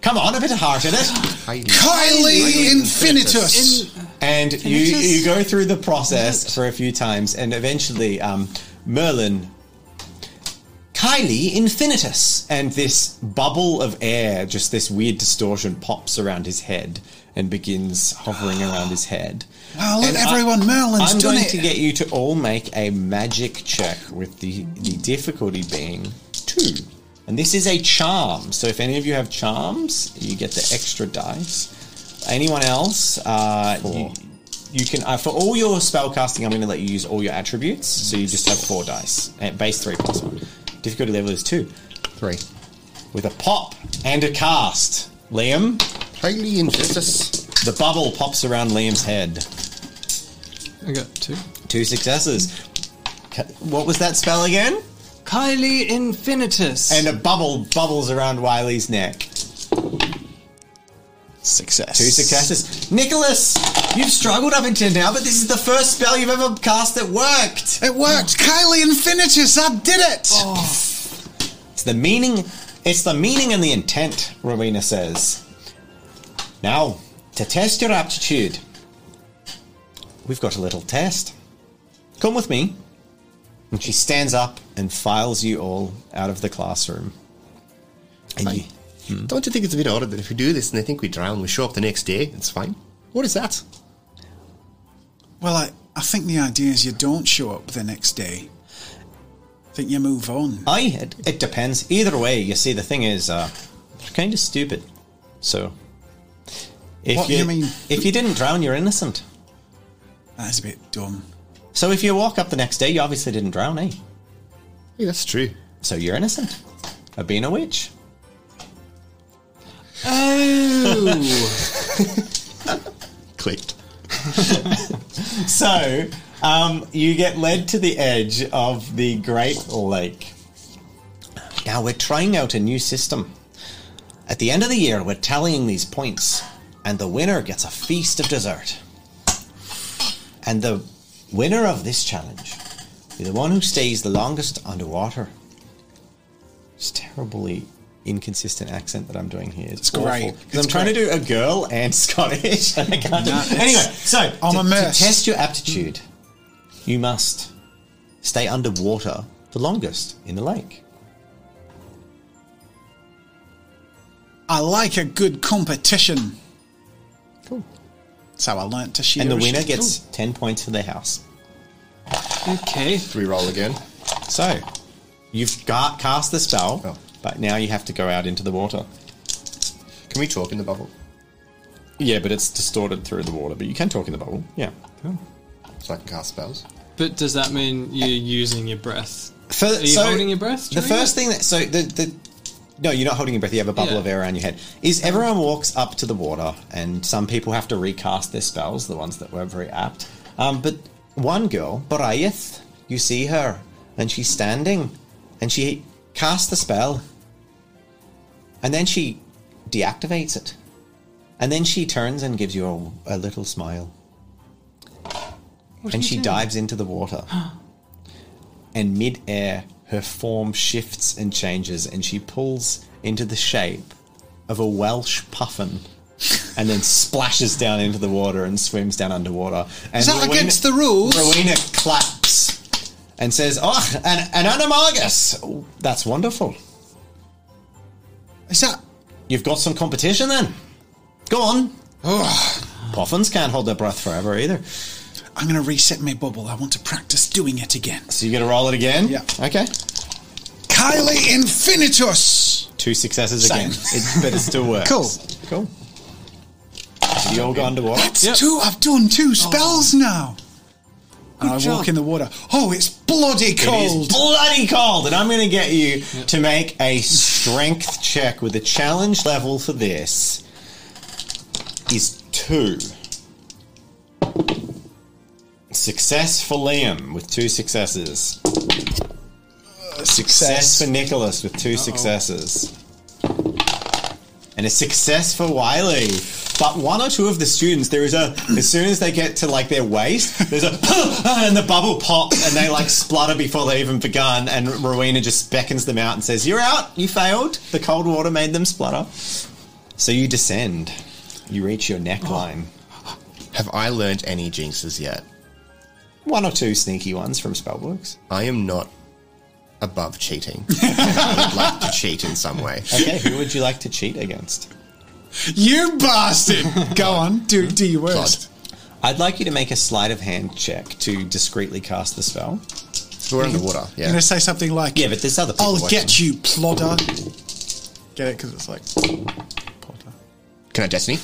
Come on, a bit of heart in it.
Kylie Infinitus.
uh,
And you,
it just-
you go through the process for a few times, and eventually, um, Merlin, Kylie Infinitus, and this bubble of air, just this weird distortion, pops around his head and begins
[GASPS]
hovering around his head.
Wow, look,
And
everyone, Merlin's
I'm
done
going
it.
to get you to all make a magic check with the, the difficulty being two. And this is a charm. So if any of you have charms, you get the extra dice. Anyone else, uh, you, you can, uh, for all your spell casting, I'm going to let you use all your attributes. So you just have four dice, at base three plus one. Difficulty level is two.
Three.
With a pop and a cast. Liam,
Kylie Infinitus.
the bubble pops around Liam's head.
I got two.
Two successes. Ca- What was that spell again?
Kylie Infinitus.
And uh, a bubble bubbles around Wiley's neck.
Success.
Two successes. Nicholas, you've struggled up until now, but this is the first spell you've ever cast that worked.
It worked. Kylie Infinitus. I did it.
It's the meaning. It's the meaning and the intent. Rowena says. Now, to test your aptitude, we've got a little test. Come with me. And she stands up and files you all out of the classroom. And you, Hmm.
Don't you think it's a bit odd that if we do this and they think we drown, we show up the next day? It's fine. What is that?
Well, I, I think the idea is you don't show up the next day. I think you move on.
Aye, it, it depends. Either way, you see, the thing is, uh, they're kind of stupid. So, if
What do
you,
you mean?
if you didn't drown, you're innocent.
That is a bit dumb.
So if you walk up the next day, you obviously didn't drown, eh?
Yeah, that's true.
So you're innocent of being a witch.
oh,
Clicked.
[LAUGHS] So, um, you get led to the edge of the Great Lake. Now we're trying out a new system. At the end of the year, we're tallying these points, and the winner gets a feast of dessert. And the winner of this challenge is the one who stays the longest underwater. It's terribly inconsistent accent that I'm doing here. It's, awful.
great.
'Cause I'm
It's
trying to do a girl and [LAUGHS] Scottish, and I can't. [LAUGHS]
No,
do
it's-
anyway, so
I'm
to, to
immersed.
test your aptitude, you must stay underwater the longest in the lake.
I like a good competition.
Cool.
So I learnt to shear.
and the
a
winner
shit.
gets 10 points for their house.
okay.
Do we roll again?
So, you've got, cast the spell,
Oh.
but now you have to go out into the water.
Can we talk in the bubble?
Yeah, but it's distorted through the water, but you can talk in the bubble. Oh. Yeah.
So I can cast spells?
But does that mean you're using your breath?
For,
Are you
so
holding your breath?
The
during
first
it?
thing that so the, the no, you're not holding your breath. You have a bubble
Yeah.
of air around your head. Is everyone walks up to the water, and some people have to recast their spells, the ones that weren't very apt. Um, but one girl, Boriath, you see her, and she's standing, and she casts the spell, and then she deactivates it, and then she turns and gives you a, a little smile, and
What are you
she
doing?
dives into the
[GASPS]
water and mid-air her form shifts and changes and she pulls into the shape of a welsh
[LAUGHS]
puffin and then splashes down into the water and swims down underwater and
Is that against the rules?
rowena claps and says oh an, an animagus Oh, that's wonderful
Is that?
you've got some competition then go on
Oh,
puffins can't hold their breath forever either
I'm going to reset my bubble. I want to practice doing it again.
so you gotta roll it again
Yeah.
okay
Kylie Infinitus.
two successes again
Same.
it, but it still works
Cool.
cool you all go underwater
That's
Yep. Oh.
two. I've done two spells now. and I
job.
walk in the water. Oh, it's bloody
It is
cold.
bloody cold, and I'm going to get you to make a strength check with a challenge level for this is two. Success for Liam um, with two successes. Success for Nicholas with 2 successes. And a success for Wiley. But one or two of the students, there is a as soon as they get to like their waist, there's a [LAUGHS] ah, and the bubble pops and they like splutter before they even begun. And Rowena just beckons them out and says, "You're out. You failed. The cold water made them splutter." So you descend. You reach your neckline.
Have I learned any jinxes yet?
One or two sneaky ones from spellbooks.
I am not
[LAUGHS]
above cheating. I would like to cheat in some way.
Okay, who would you like to cheat against?
You bastard! Go on, do do your
God.
worst.
I'd like you to make a sleight of hand check to discreetly cast the spell.
We're underwater.
You're
Yeah.
gonna say something like,
Yeah, but there's other people.
"I'll
watching.
get you, plodder." Get it? Because it's like plodder.
Can I destiny?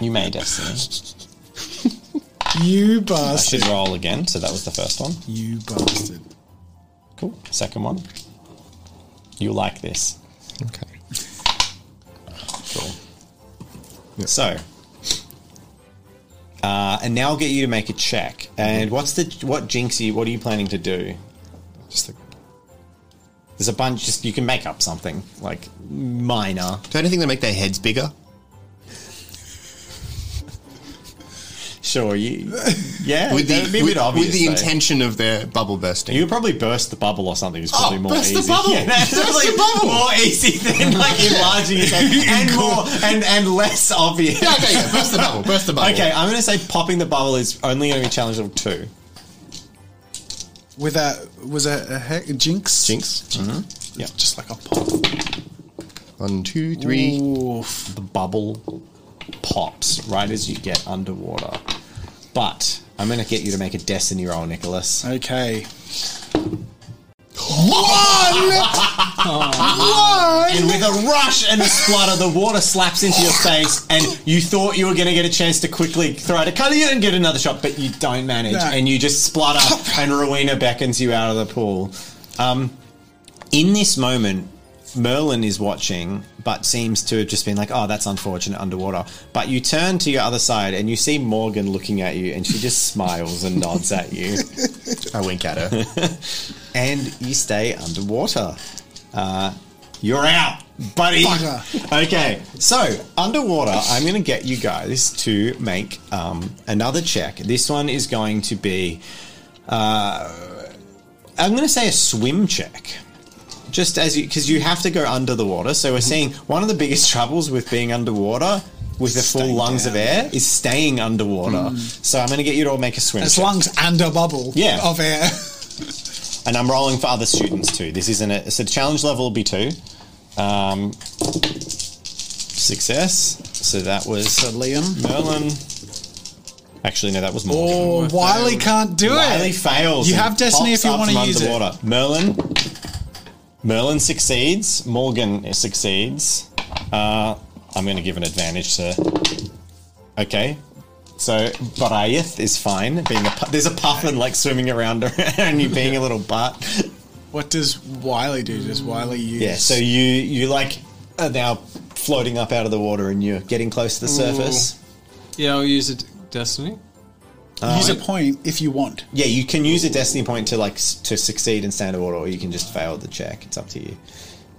You may, Destiny.
You
I
bastard!
should roll again. So that was the first one.
You bastard!
Cool. Second one. You like this.
Okay. Cool.
So. Uh, and now I'll get you to make a check. And what's the what jinxie? What are you planning to do? Just the, there's a bunch. Just you can make up something like minor.
Do anything to make their heads bigger?
Sure,
[LAUGHS]
you. Yeah,
With
that
the,
would be a
with,
bit obvious.
with the
though.
intention of their bubble bursting.
You could probably burst the bubble or something. Is probably
Oh,
more
burst the
easy.
bubble!
[LAUGHS] Yeah, that's
Burst
probably
the bubble!
more easy than like enlarging it and
[LAUGHS]
more and and less obvious. [LAUGHS]
yeah, okay, yeah. Burst the bubble. Burst the bubble.
Okay, I'm going to say popping the bubble is only going to be challenge level two.
With a was a, a, heck jinx?
Jinx.
Yeah,
Just like a pop.
One, two, three.
Oof.
the bubble pops right as you get underwater. But I'm going to get you to make a destiny roll, Nicholas.
Okay.
And with a rush and a splutter, the water slaps into your face, and you thought you were going to get a chance to quickly throw it a cut. You didn't get another shot, but you don't manage,
No.
and you just splutter, and Rowena beckons you out of the pool. Um, in this moment, Merlin is watching, but seems to have just been like, "Oh, that's unfortunate, underwater." But you turn to your other side, and you see Morgan looking at you, and she just smiles and nods at you
I wink at her.
and you stay underwater. Uh, you're out, buddy.
Bugger.
Okay, so underwater, I'm going to get you guys to make um, another check. This one is going to be, uh, I'm going to say a swim check. Just as you, because you have to go under the water. So we're seeing one of the biggest [LAUGHS] troubles with being underwater with the full
Staying
lungs of
down. Hmm.
air is staying underwater. So I'm going to get you to all make a swim
As
check.
lungs and a bubble
Yeah.
of air.
and I'm rolling for other students too. This isn't a so the challenge level will be two. Um, success. So that was
Liam.
Merlin. Actually, no, that was Morgan.
Or Wiley can't do
Riley
it.
fails.
Oh, You
and
have destiny
pops
if you
up
wanna
from
use it.
underwater. Merlin. Merlin succeeds. Morgan succeeds. Uh, I'm going to give an advantage to. Okay. So Bariath is fine. Being a pu- there's a puffin like swimming around [LAUGHS] and you being a little butt.
What does Wiley do? Does Wiley use?
Yeah, so you you like are now floating up out of the water and you're getting close to the surface.
Yeah, I'll use it. Destiny.
use a point if you want.
Yeah, you can use a destiny point to like s- to succeed in standard order, or you can just fail the check. It's up to you.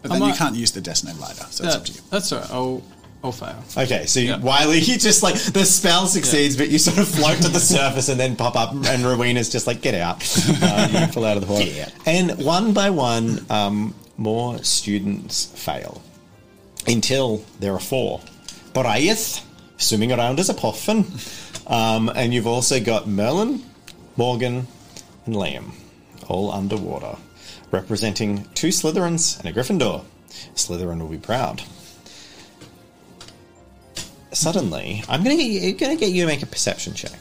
But then
I-
you can't use the Destiny lighter, so it's
That-
up to you. [LAUGHS]
that's all right. I'll, I'll fail.
Okay, so
Yeah.
Wiley, [LAUGHS] you just like the spell succeeds, but you sort of float to the [LAUGHS] surface and then pop up, and Rowena's just like, get out. Um, you fall out of the water.
Yeah.
And one by one, um, more students fail until there are four. Boraith, swimming around as a puffin. Um, and you've also got Merlin, Morgan, and Liam, all underwater, representing two Slytherins and a Gryffindor. Slytherin will be proud suddenly, I'm gonna get you, gonna get you to make a perception check.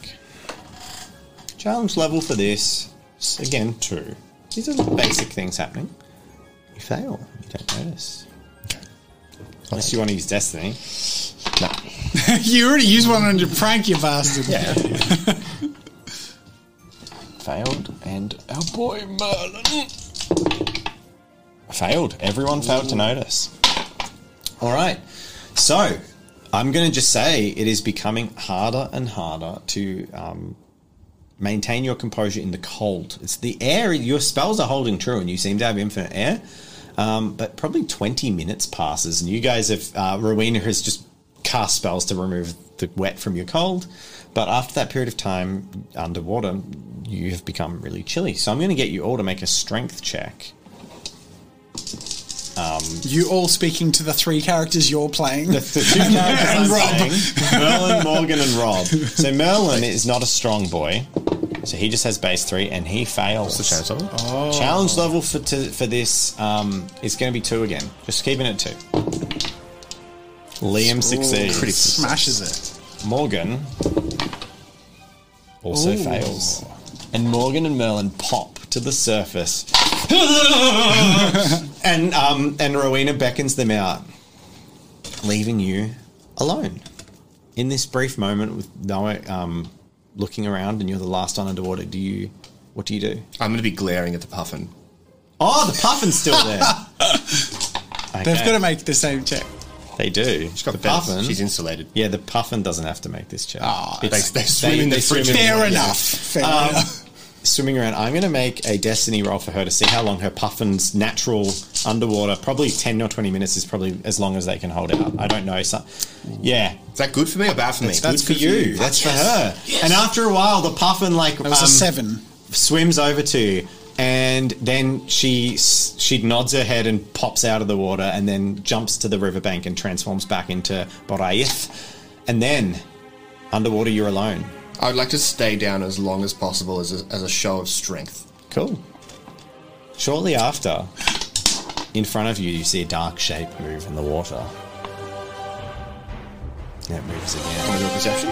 Challenge level for this is, again two. These are the basic things happening. You fail. You don't notice. Unless you want to use destiny.
No.
[LAUGHS]
you already used one on your prank, you bastard.
Yeah.
failed, and our boy Merlin failed. Everyone failed to notice.
All right. So I'm going to just say it is becoming harder and harder to um, maintain your composure in the cold. It's the air, your spells are holding true, and you seem to have infinite air. Um, but probably 20 minutes passes, and you guys have, uh, Rowena has just cast spells to remove the wet from your cold. But after that period of time underwater, you have become really chilly. So I'm going to get you all to make a strength check.
You all speaking to the three characters you're playing.
the two characters I'm playing, Merlin, Morgan, and Rob. So Merlin is not a strong boy, so he just has base three, and he fails.
The chance of it.
Oh. Challenge level for to, for this um, is going to be two again. Just keeping it two. Liam succeeds.
Oh, Smashes it.
Morgan also fails, and Morgan and Merlin pop to the
[LAUGHS]
surface, and um, and Rowena beckons them out, leaving you alone in this brief moment with no um, looking around, and you're the last one underwater. Do you? What do you do?
I'm going to be glaring at the puffin.
Oh, the puffin's still
[LAUGHS]
there.
They've
Okay.
got to make the same check.
They do.
She's got
the
the best.
puffin.
She's insulated.
yeah, the puffin doesn't have to make this check.
Ah,
It's-
they- they swim in the
swim
frigid-
in
Fair
water.
enough. Um, Fair enough.
swimming around. I'm going to make a destiny roll for her to see how long her puffin's natural underwater, probably 10 or 20 minutes is probably as long as they can hold out. I don't know. So, yeah.
Is that good for me or bad for me?
That's for you. That's for her. And after a while, the puffin like
That was a
um,
seven.
swims over to you, and then she s- she nods her head and pops out of the water, and then jumps to the riverbank and transforms back into Boraith, and then underwater you're alone.
I would like to stay down as long as possible as a, as a show of strength.
Cool. Shortly after, in front of you, you see a dark shape move in the water. And it moves again.
Can I do a perception?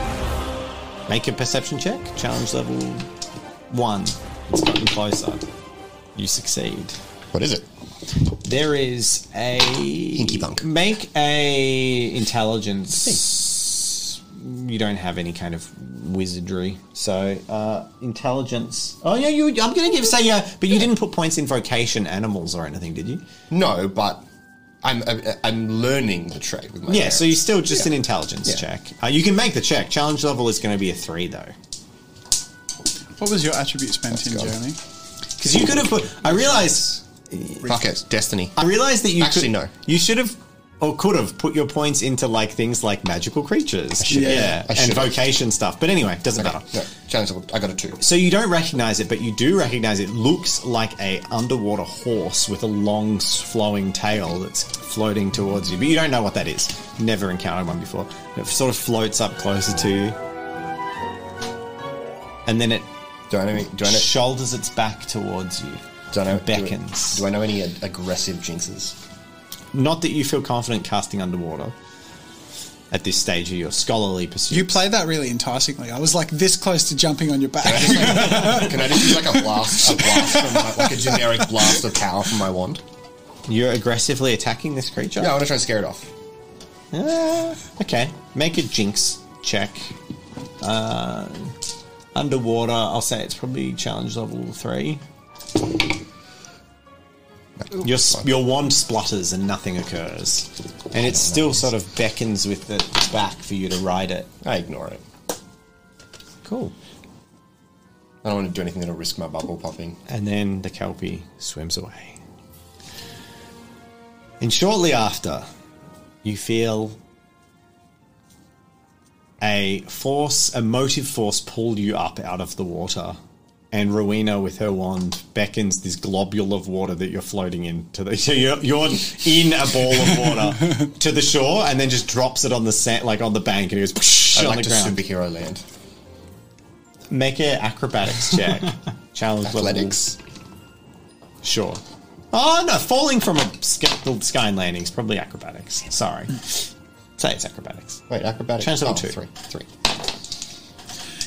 Make a perception check. Challenge level one. It's gotten closer. You succeed.
What is it?
There is a hinky
punk.
Make a intelligence. You don't have any kind of wizardry, so uh, intelligence. Oh yeah, you. I'm gonna give say yeah, but you didn't put points in vocation animals or anything, did you?
No, but I'm I, I'm learning the trade with my
Yeah, so you
parents.
still just
Yeah.
an intelligence
Yeah.
check. Uh, you can make the check. Challenge level is going to be a three though,
What was your attribute spent in,
gone.
Jeremy?
because you could have put. I realize.
fuck it, destiny.
I realize that you
Actually,
could,
no.
You should have or could have put your points into like things like magical creatures,
should've.
yeah,
I
and
should've.
vocation stuff. But anyway, doesn't matter.
No, challenge level. I got a two.
So you don't recognize it, but you do recognize it looks like a underwater horse with a long s- flowing tail that's floating towards you. But you don't know what that is. Never encountered one before. It sort of floats up closer to you. And then it
Do I know? any- Do I know?
shoulders its back towards you.
do I know
and beckons.
Do I, do I know any ag- aggressive jinxes?
Not that you feel confident casting underwater at this stage of your scholarly pursuit.
You played that really enticingly. I was like this close to jumping on your back. [LAUGHS]
Can I just use like a blast, a blast from my, like a generic blast of power from my wand?
You're aggressively attacking this creature?
Yeah, I want to try and scare it off.
Ah, okay. Make a jinx check. Uh, underwater, I'll say it's probably challenge level three. Your, s- your wand splutters and nothing occurs. And it still sort of beckons with the back for you to ride it.
I ignore it.
Cool.
I don't want to do anything that'll risk my bubble popping.
And then the Kelpie swims away. And shortly after, you feel a force, a motive force, pull you up out of the water. And Rowena, with her wand, beckons this globule of water that you're floating in. To the, [LAUGHS] so you're, you're in a ball of
[LAUGHS]
water to the shore, and then just drops it on the sand, like on the bank, and it goes [LAUGHS]
I
on the
like to
ground.
superhero land.
Make an acrobatics
[LAUGHS]
check. Challenge level
Athletics.
Sure. Oh no, falling from a sk- the sky and landing is probably acrobatics. Sorry. Say it's acrobatics.
Wait, acrobatics.
Chance level
Oh,
two.
Three. Three.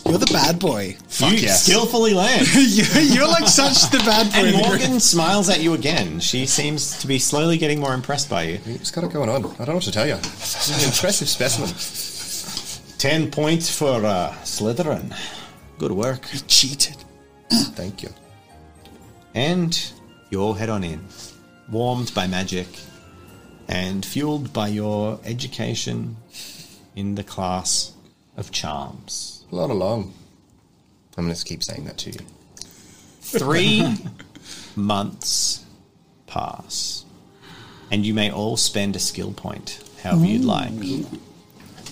You're the bad boy.
Fuck
you
[LAUGHS]
yes.
skillfully land.
you're, you're like such the bad boy.
and
in the
Morgan smiles at you again. She seems to be slowly getting more impressed by you.
He's got it going on. I don't know what to tell you. This is an impressive specimen.
Ten points for uh, Slytherin. Good work.
group. Cheated.
Thank you.
And you all head on in, warmed by magic and fueled by your education in the class of charms.
A lot along. I'm going to keep saying that to you.
Three months pass, and you may all spend a skill point however you'd like.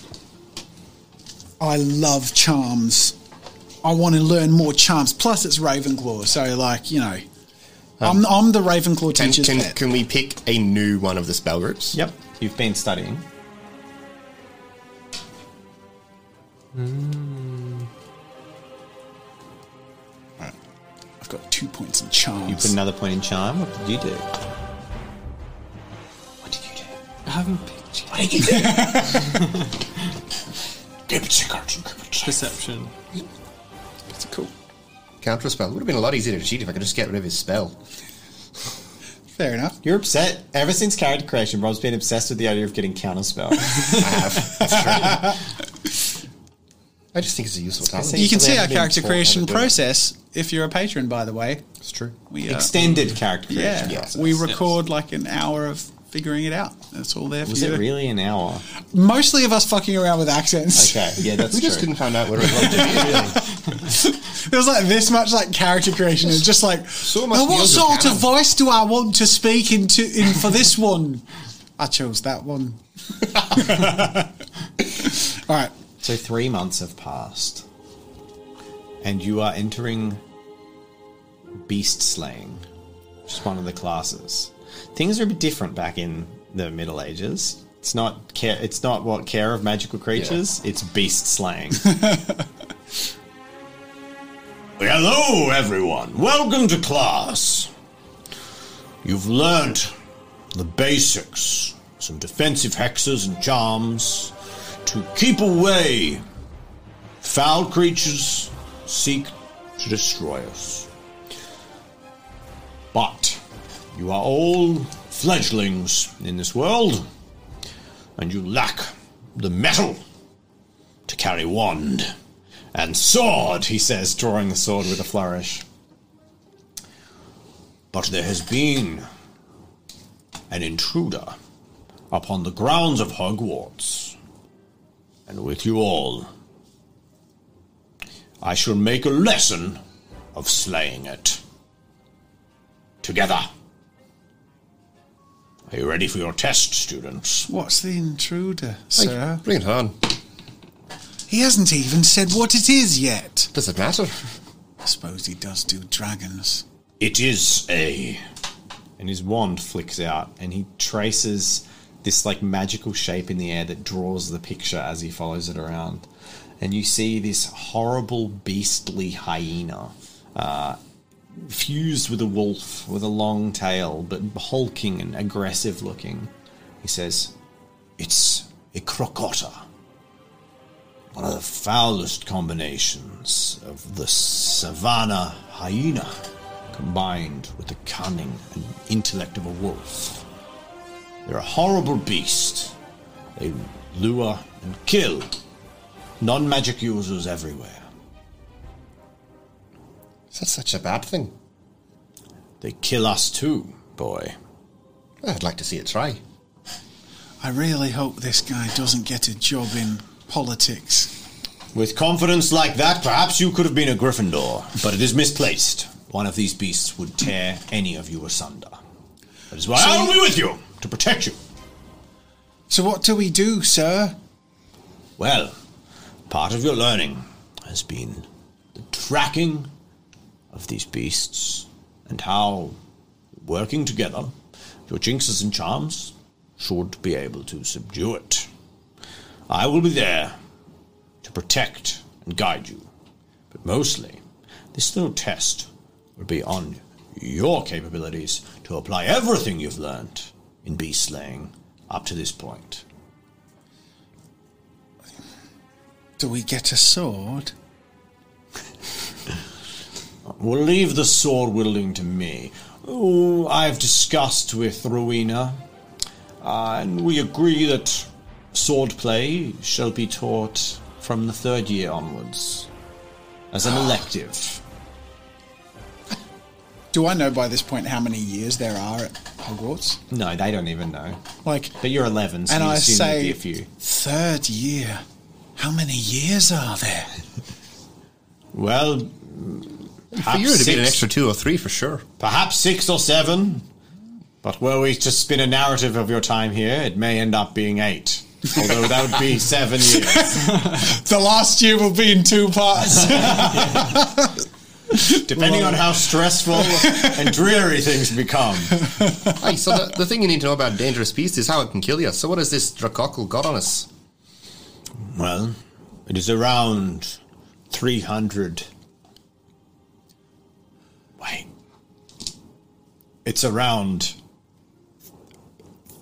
[LAUGHS] I love charms. I want to learn more charms. Plus, it's Ravenclaw, so like you know, I'm I'm the Ravenclaw
Can,
teacher's
can,
pet.
can we pick a new one of the spell groups?
Yep, you've been studying.
I've got two points in
You put
charms.
another point in charm. What did you do? What did you do?
I haven't picked yet. Perception.
That's cool.
Counter spell. It would have been a lot easier to cheat if I could just get rid of his spell.
Fair enough.
You're upset. Ever since character creation, Rob's been obsessed with the idea of
[LAUGHS]
getting counterspell.
I have. That's true. I just think it's a useful talent.
see.
You can
So they
see our
haven't been
character
taught how to
creation
do it.
process if you're a patron, by the way.
It's true.
We uh,
Extended character
Yeah,
creation. process.
we record like an hour of figuring it out. That's all there for
Was
you.
it really an hour?
Mostly of us fucking around with accents.
Okay, yeah, that's
we
true.
just couldn't find out what it was.
There was like this much like character creation. It's just like,
much
"Now what
meals with
sort of
Hannah."
voice do I want to speak into in for this one? I chose that one. all right.
So three months have passed, and you are entering beast slaying, which is one of the classes. Things are a bit different back in the Middle Ages. It's not care. It's not what care of magical creatures. It's beast slaying. Hello, everyone. Welcome to class. You've learned the basics, some defensive hexes and charms to keep away foul creatures seek to destroy us. But you are all fledglings in this world, and you lack the metal to carry wand and sword, he says, drawing the sword with a flourish. But there has been an intruder upon the grounds of Hogwarts, and with you all, I shall make a lesson of slaying it. Together. Are you ready for your test, students?
What's the intruder, sir?
Bring it on.
He hasn't even said what it is yet.
Does it matter?
I suppose he does do dragons.
It is a. And his wand flicks out, and he traces this like magical shape in the air that draws the picture as he follows it around. And you see this horrible, beastly hyena, uh, fused with a wolf with a long tail, but hulking and aggressive looking. He says, It's a crocotta. One of the foulest combinations of the savannah hyena combined with the cunning and intellect of a wolf. They're a horrible beast. They lure and kill non magic users everywhere.
Is that such a bad thing?
They kill us too, boy.
I'd like to see it try.
I really hope this guy doesn't get a job in politics.
With confidence like that, perhaps you could have been a Gryffindor, but it is misplaced. One of these beasts would tear any of you asunder. That is why
So-
I will be with you to protect you.
So what do we do, sir?
Well, part of your learning has been the tracking of these beasts and how, working together, your jinxes and charms should be able to subdue it. I will be there to protect and guide you, but mostly, this little test will be on your capabilities to apply everything you've learned in beast slaying up to this point.
Do we get a sword?
We'll leave the sword wielding to me. Oh, I've discussed with Rowena, uh, and we agree that sword play shall be
Ah.
taught from the third year onwards as an elective.
Do I know by this point how many years there are at Hogwarts?
No, they don't even know.
Like
But you're 11, so
And
you
I
assume there'd
say-
be a few.
third year. How many years are there?
Well,
For
perhaps
you, it'd be an
six,
extra two or three for sure.
perhaps six or seven. But were we to spin a narrative of your time here, it may end up being eight. Although that would be seven years,
The last year will be in two parts.
depending on how stressful
[LAUGHS]
and dreary things become.
Hey, so the, the thing you need to know about dangerous beast is how it can kill you. So what has this Dracocle got on us?
Well, it is around 300. Wait. It's around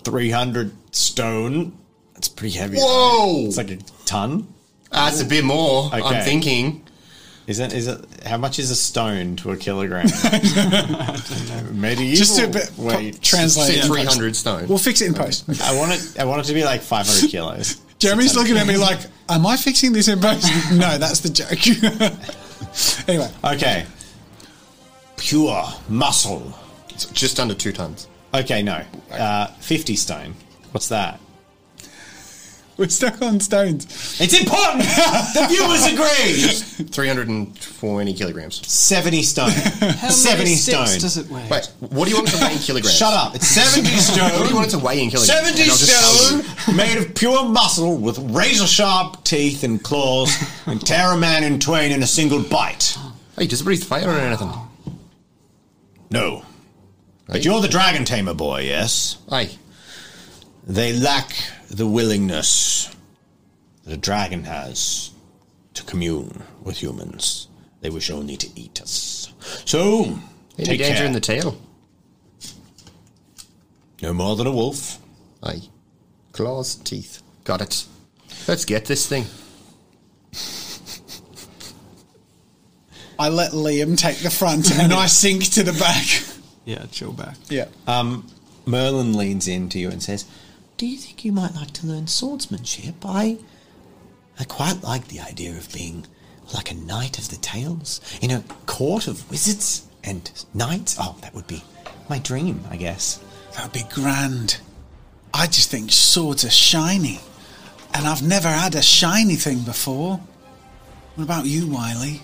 300 stone. That's pretty heavy. right?
Whoa!
It's like a ton.
That's a bit more,
Okay.
I'm thinking.
Is it, is it, how much is a stone to a
[LAUGHS]
kilogram? Medieval.
[LAUGHS] Just to bit-
Wait.
translate.
Say
it in
300
post.
stone.
We'll fix it in post.
I want it, I want it to be like
[LAUGHS]
500 kilos.
Jeremy's looking at me like, "Am I fixing this in [LAUGHS] post?" no, that's the joke. [LAUGHS] anyway,
Okay. Pure muscle.
It's just under two
[LAUGHS]
tons.
Okay, no. Uh, 50 stone. What's that?
we're stuck on stones.
It's important! the viewers agree!
320 kilograms.
70 stone. [LAUGHS]
How
70
many sticks
stone.
does it weigh?
Wait, what do you want it to weigh in kilograms?
Shut up. It's
[LAUGHS]
70
What do you
stone.
want it to weigh in kilograms?
70
And I'll just tell you.
stone made of pure muscle with razor sharp teeth and claws and tear a man in twain in a single bite.
Hey, does it breathe fire or anything?
No.
Hey.
But you're the dragon tamer boy, yes?
Hey,
They lack the willingness that a dragon has to commune with humans. They wish only to eat us. So,
any
take
danger
care.
in the tail?
no more than a wolf.
Hey, claws, teeth. Got it. Let's get this thing.
I let Liam take the front, and I sink to the back.
Yeah, chill back.
Yeah.
Merlin leans in to you and says, Do you think you might like to learn swordsmanship? I I quite like the idea of being like a knight of the tales in a court of wizards and knights. Oh, that would be my dream, I guess.
That'd be grand. I just think swords are shiny. And I've never had a shiny thing before. What about you, Wiley?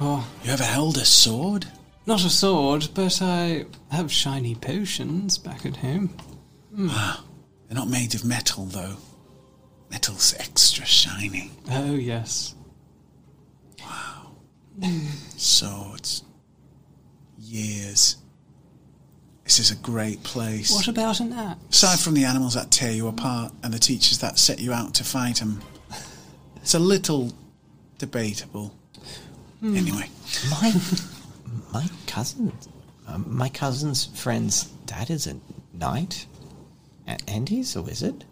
Oh,
You ever held a sword?
not a sword, but I have shiny potions back at home.
They're not made of metal, though. Metal's extra shiny.
Oh, yes.
Swords. Years. This is a great place.
What about an axe?
Aside from the animals that tear you apart and the teachers that set you out to fight them, it's a little debatable.
Hmm.
Anyway.
My my cousin, um, my cousin's friend's dad is a knight, a- and he's a wizard.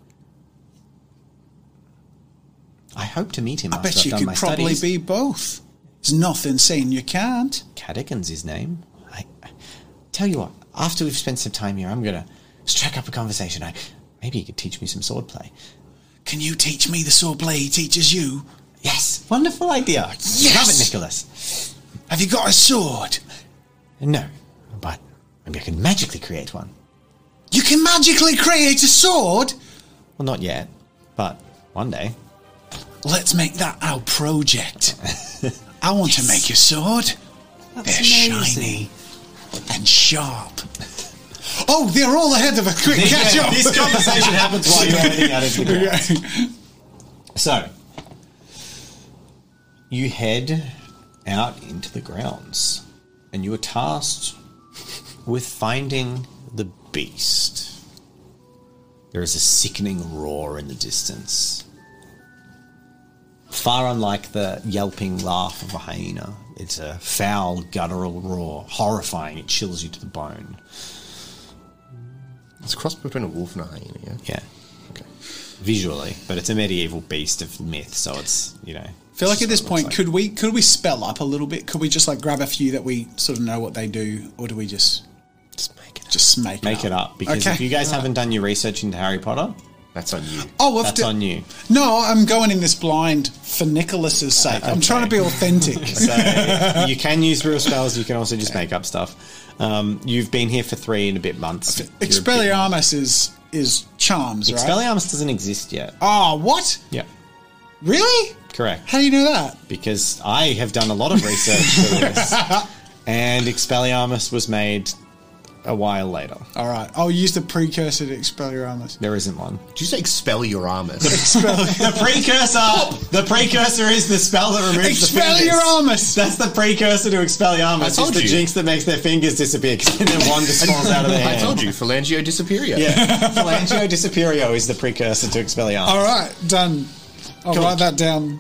I hope to meet him.
I
after
bet
I've
you
done
could
my
probably
studies.
be both. There's nothing saying you can't.
Cadigan's his name. I tell you what. After we've spent some time here, I'm gonna strike up a conversation. I maybe you could teach me some swordplay.
Can you teach me the swordplay he teaches you?
Yes, wonderful idea. Love
Yes!
it, Nicholas.
Have you got a sword?
No, but maybe I can magically create one.
You can magically create a sword?
Well, not yet, but one day.
Let's make that our project. I want to make a sword.
That's
they're shiny and sharp. Oh, they're all ahead of us. Quick, catch
Yeah,
up. [LAUGHS]
This conversation happens while you're heading out of the grounds. So, you head out into the grounds, and you are tasked with finding the beast. There is a sickening roar in the distance. Far unlike the yelping laugh of a hyena, it's a foul, guttural roar, horrifying. It chills you to the bone.
It's a cross between a wolf and a hyena, yeah?
Yeah,
Okay.
visually, but it's a medieval beast of myth, so it's you know.
feel like at this point, could we could we spell up a little bit? Could we just like grab a few that we sort of know what they do, or do we just
Just make it.
just make it
Make
up?
it up because
Okay.
if you guys haven't done your research into Harry Potter,
That's on you.
Oh, I've
That's
d-
on [LAUGHS] you.
No, I'm going in this blind for Nicholas's sake. I'm trying to
[LAUGHS]
be authentic.
So you can use real spells. You can also just make up stuff. Um, you've been here for three and a bit months. You're a bit- [LAUGHS]
Expelliarmus is is charms, right?
Expelliarmus doesn't exist yet.
Ah, what?
Yeah,
Really?
correct.
How do you know that?
because I have done a lot of research [LAUGHS] for this. and Expelliarmus was made a while later.
All right, I'll use the precursor to Expelliarmus.
There isn't one.
Did you say expel your [LAUGHS] armors?
The precursor! the precursor is the spell that removes the fingers.
Expelliarmus!
That's the precursor to Expelliarmus.
I
It's
told
the
you.
jinx that makes their fingers disappear because then their wand just falls out of their
I
hand.
told you, Phalangio Disappearia.
Yeah. Phalangio Disapperio is the precursor to Expelliarmus.
All right, done. I'll
Cool.
write that down.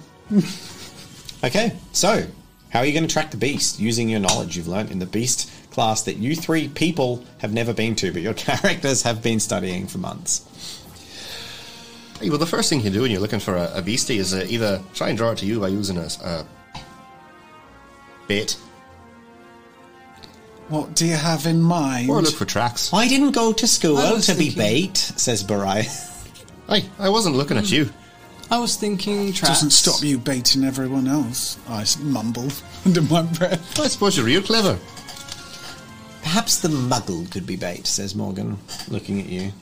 Okay, so how are you going to track the beast using your knowledge you've learned in the beast class that you three people have never been to, but your [LAUGHS] characters have been studying for months?
Hey, well, the first thing you do when you're looking for a, a beastie is uh, either try and draw it to you by using a, s- a bit,
What do you have in mind?
or look for tracks.
I didn't go to school
I was
to be
thinking-
bait, says Barai.
Hey, I wasn't looking at you.
I was thinking tracks.
Doesn't stop you baiting everyone else. I s- mumbled [LAUGHS] under my breath.
I suppose you're real clever.
[LAUGHS] Perhaps the muggle could be bait, says Morgan, looking at you.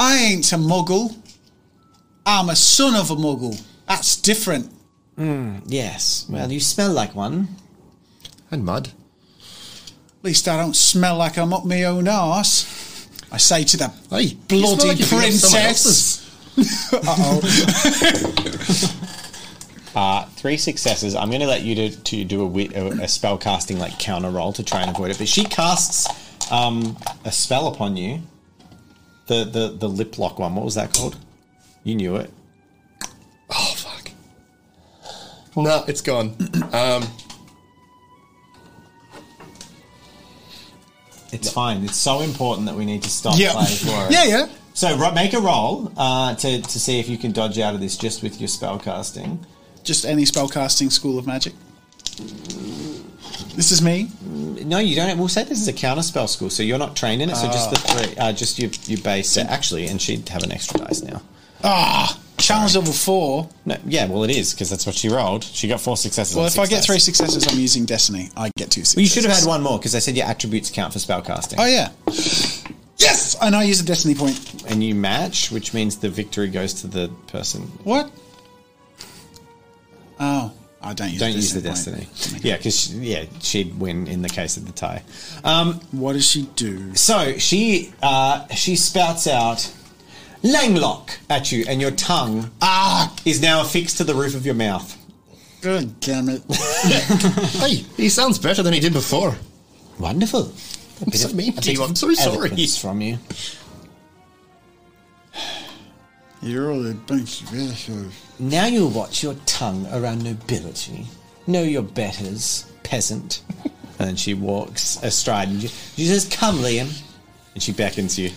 I ain't a muggle. I'm a son of a muggle. That's different.
Yes, well, you smell like one.
And mud.
At least I don't smell like I'm up my own arse. I say to the
Hey, you smell
bloody
like you've been up someone else's.
princess.
Uh, three successes. I'm going to let you to, to do a, wit, a, a spell casting like counter roll to try and avoid it. But she casts um, a spell upon you. The, the the lip lock one. What was that called? You knew it.
Oh fuck. No, it's gone. um,
It's fine. It's so important that we need to stop
[LAUGHS] Yeah.
playing for [LAUGHS] it.
Yeah, yeah.
So ro- make a roll uh, to to see if you can dodge out of this just with your spell casting.
Just any spellcasting school of magic. This is me.
No, you don't. We'll say this is a counter spell school, so you're not trained in it. So just the three, uh, just your your base. So actually, and she'd have an extra dice now.
Ah, Challenge level four.
No, yeah, well, it is because that's what she rolled. She got four successes.
Well,
on
if I get
success.
three successes, I'm using destiny. I get two successes.
well, you should have had one more because I said your attributes count for spellcasting,
Oh yeah. Yes, and I use a destiny point.
and you match, which means the victory goes to the person.
What? Oh, I don't use.
Don't
a
use the
destiny
destiny.
point.
Yeah, because yeah, she'd win in the case of the tie. Um,
What does she do?
So she uh, she spouts out Langlock at you, and your tongue ah is now affixed to the roof of your mouth.
God damn it! [LAUGHS]
hey, he sounds better than he did before.
Wonderful. A
I'm
bit
so
of-
mean
a
to
bit
you.
of
I'm so sorry.
eloquence from you.
You're all a bunch of assholes.
Now you watch your tongue around nobility. Know your betters, peasant. and then she walks astride and she, she says, Come, Liam. And she beckons you.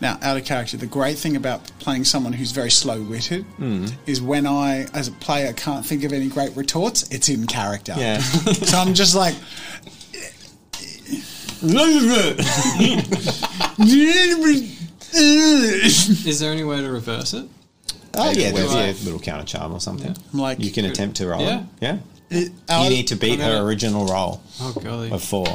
Now, out of character, the great thing about playing someone who's very slow witted
Hmm.
is when I, as a player, can't think of any great retorts, it's in character.
Yeah.
[LAUGHS] so I'm just like, I'm
Is there any way to reverse it?
[LAUGHS] [LAUGHS] Oh, yeah, there's
well,
a
I-
little counter charm or something.
I'm like-
you can attempt to roll
Yeah.
it. Yeah. You need to beat her original roll
Oh golly.
of four.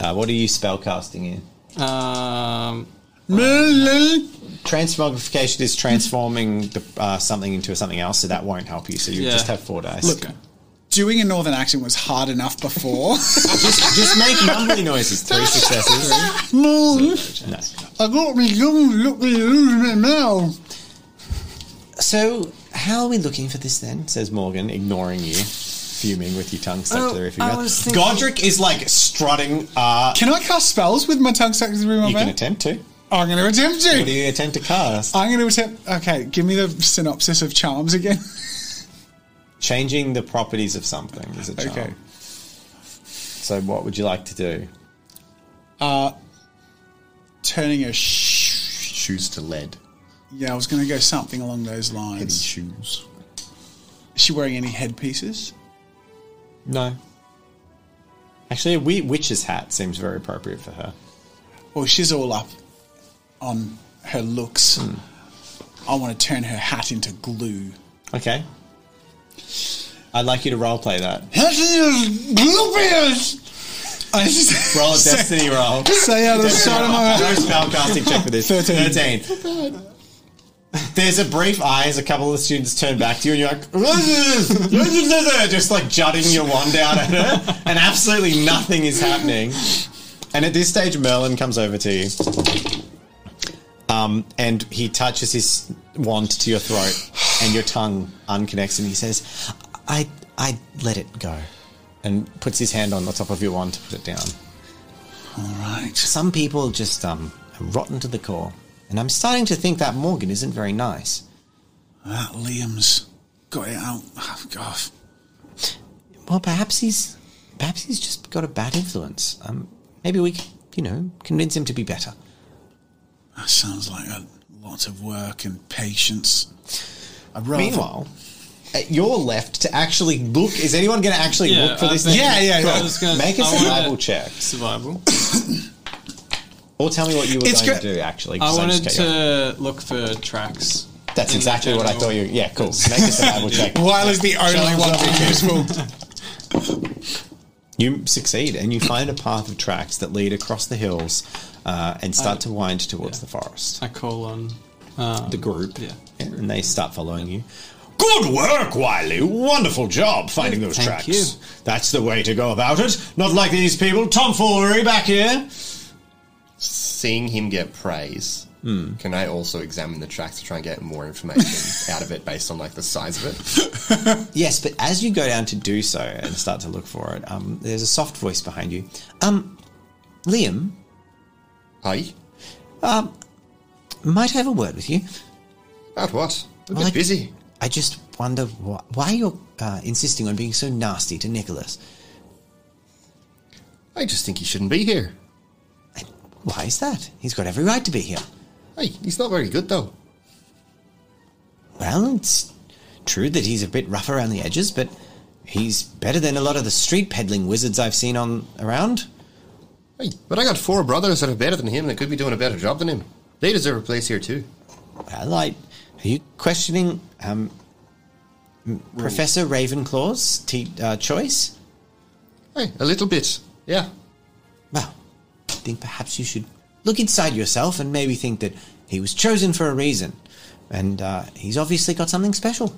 Uh, what are you spellcasting in?
Um,
Transmogrification is transforming the, uh, something into something else, so that won't help you. So you
Yeah.
just have four dice.
Look, doing a northern accent was hard enough
[LAUGHS]
before. [LAUGHS]
just, just make mumbling noises. Three successes.
Moon,
No.
I got me young, look me losing me now.
So, how are we looking for this then? Says Morgan, ignoring you, fuming with your tongue stuck to
Oh,
the roof of your
I
mouth.
was thinking-
[LAUGHS] Godric is like strutting. Uh,
Can I cast spells with my tongue stuck through my
you can
mouth?
attempt to.
I'm going to attempt to.
What do you attempt to cast?
I'm going to attempt. Okay, give me the synopsis of charms again.
Changing the properties of something is a charm.
Okay.
So, what would you like to do?
Turning a sh.
Shoes to lead.
Yeah, I was going to go something along those
Heavy
lines.
shoes.
Is she wearing any headpieces?
No. Actually, a wee- witch's hat seems very appropriate for her.
Well, she's all up on her looks. I want to turn her hat into glue.
Okay. I'd like you to roleplay that.
That is glorious! I [LAUGHS] just
Roll a Oh, destiny roll.
say out of the side of my
No spellcasting check for this.
13.
13. There's a brief eye as a couple of the students turn back to you, and you're like, just like jutting your wand out at her, and absolutely nothing is happening. And at this stage, Merlin comes over to you, um, and he touches his wand to your throat, and your tongue unconnects, and he says, "I, I let it go," and puts his hand on the top of your wand to put it down
All right.
Some people just um are rotten to the core, and I'm starting to think that Morgan isn't very nice.
That Liam's got it out. Oh, God.
Well, perhaps he's perhaps he's just got a bad influence. Um, maybe we, c- you know, convince him to be better.
That sounds like a lot of work and patience. I'd rather-
Meanwhile, at your left to actually look. Is anyone going to actually
Yeah,
look for
I
this?
think-
Yeah, yeah, yeah.
I was gonna-
Make a
I wanna-
survival check,
Survival.
or tell me what you were
It's
going
go-
to do. Actually,
I
so I'm just
wanted
kidding.
to look for tracks.
That's
in
exactly what I
general.
thought you. Yeah, cool. Make a
[LAUGHS]
survival check.
Lila's the only one being [LAUGHS] useful.
You succeed, and you find a path of tracks that lead across the hills uh, and start to wind towards the forest.
I call on.
the group,
yeah.
and they start following you. Good work, Wiley. Wonderful job finding those
Thank
tracks.
you.
That's the way to go about it. Not like these people, tomfoolery back here.
Seeing him get praise,
Hmm.
can I also examine the tracks to try and get more [LAUGHS] information out of it based on like the size of it?
Yes, but as you go down to do so and start to look for it, um, there's a soft voice behind you.
Um, Liam,
Hi.
might I have a word with you?
About what? We're a bit
Like-
busy.
I just wonder wh- why you're uh, insisting on being so nasty to Nicholas.
I just think he shouldn't be here.
And Why is that? He's got every right to be here.
Hey, he's not very good though.
Well, it's true that he's a bit rough around the edges, but he's better than a lot of the street peddling wizards I've seen on around.
Hey, but I got four brothers that are better than him that could be doing a better job than him. They deserve a place here too.
Well, I, are you questioning um, m- Professor Ravenclaw's te- uh, choice?
Hey, a little bit. Yeah.
Well, I think perhaps you should look inside yourself and maybe think that he was chosen for a reason, and uh, he's obviously got something special.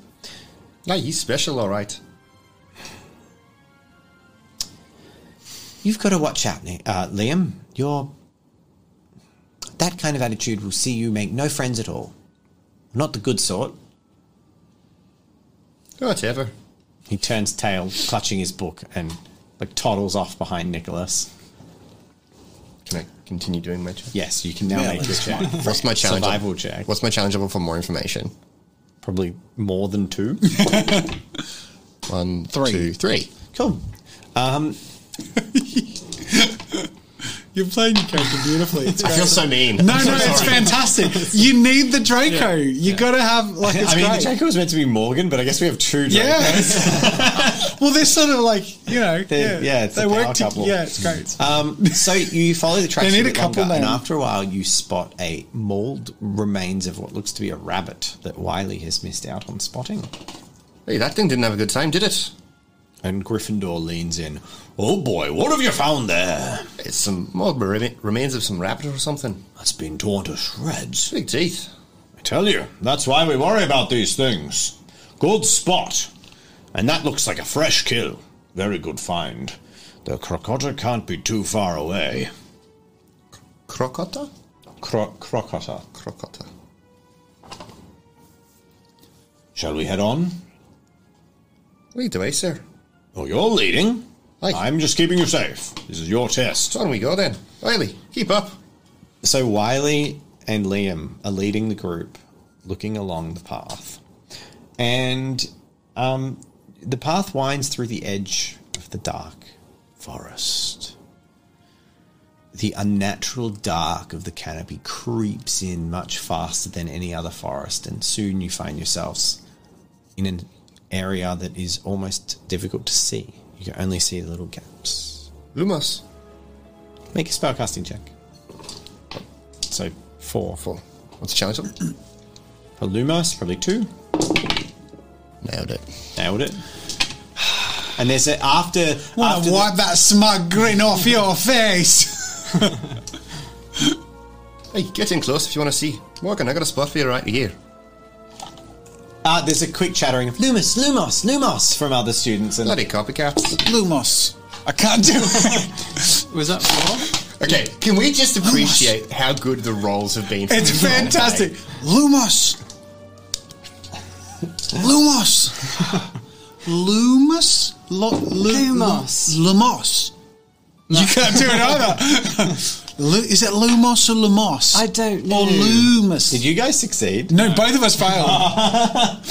Hey, he's special, all right.
You've got to watch out, Ni- uh, Liam. Your that kind of attitude will see you make no friends at all. Not the good sort.
Whatever.
He turns tail, clutching his book, and like toddles off behind Nicholas.
Can I continue doing my check?
Yes, you can now
Yeah,
make your
that's
check.
What's my challenge?
Survival check.
What's my challenge level for more information?
Probably more than
[LAUGHS]
two.
One,
Three.
two, three.
cool.
You're playing your character beautifully. It's
I
great.
feel so mean.
No, no, it's
[LAUGHS]
fantastic. You need the Draco. You gotta have like it's
I mean,
great.
the Jacob was meant to be Morgan, but I guess we have two. Drake.
yeah. [LAUGHS] well, they're sort of like you know.
They're-
yeah,
yeah, it's
they
a
work.
power
To,
couple.
yeah, it's great.
Um, [LAUGHS] so you follow the tracks
They
for a
need
bit
a couple
longer, and
now.
after a while, you spot a mauled remains of what looks to be a rabbit that Wiley has missed out on spotting.
Hey, that thing didn't have a good time, did it?
And Gryffindor leans in. Oh boy, what have you found there?
It's some mold remi- remains of some rabbit or something.
That's been torn to shreds.
Big teeth.
I tell you, that's why we worry about these things. Good spot. And that looks like a fresh kill. Very good find. The crocotta can't be too far away.
Crocotta?
Cro- crocotta.
Crocotta.
Shall we head on?
Lead the way, sir.
Oh, you're leading.
Aye.
I'm just keeping you safe. This is your test.
So on we go then. Riley, keep up.
So Wiley and Liam are leading the group, looking along the path, and um, the path winds through the edge of the dark forest. The unnatural dark of the canopy creeps in much faster than any other forest, and soon you find yourselves in an area that is almost difficult to see. You can only see the little gaps.
Lumos.
Make a spellcasting check. So four.
Four. What's the challenge? on?
For Lumos, probably two.
Nailed it.
Nailed it. And there's a after
Want
after
to
the-
wipe that smug grin off your face? [LAUGHS]
Hey, get in close if you want to see. Morgan, I got a spot for you right here.
uh, there's a quick chattering of Lumos, Lumos, Lumos from other students and
Bloody copycats.
Lumos. I can't do it.
Was that four?
Okay, can we just appreciate how good the roles have been? for
It's
this whole
fantastic.
day?
Lumos. Lumos. Lumos? Lo- lu-
Lumos.
Lumos. You can't do it either.
[LAUGHS]
Lu- is it Lumos or Lumos?
I don't know.
Or Lumos.
did you guys succeed?
No, both of us failed.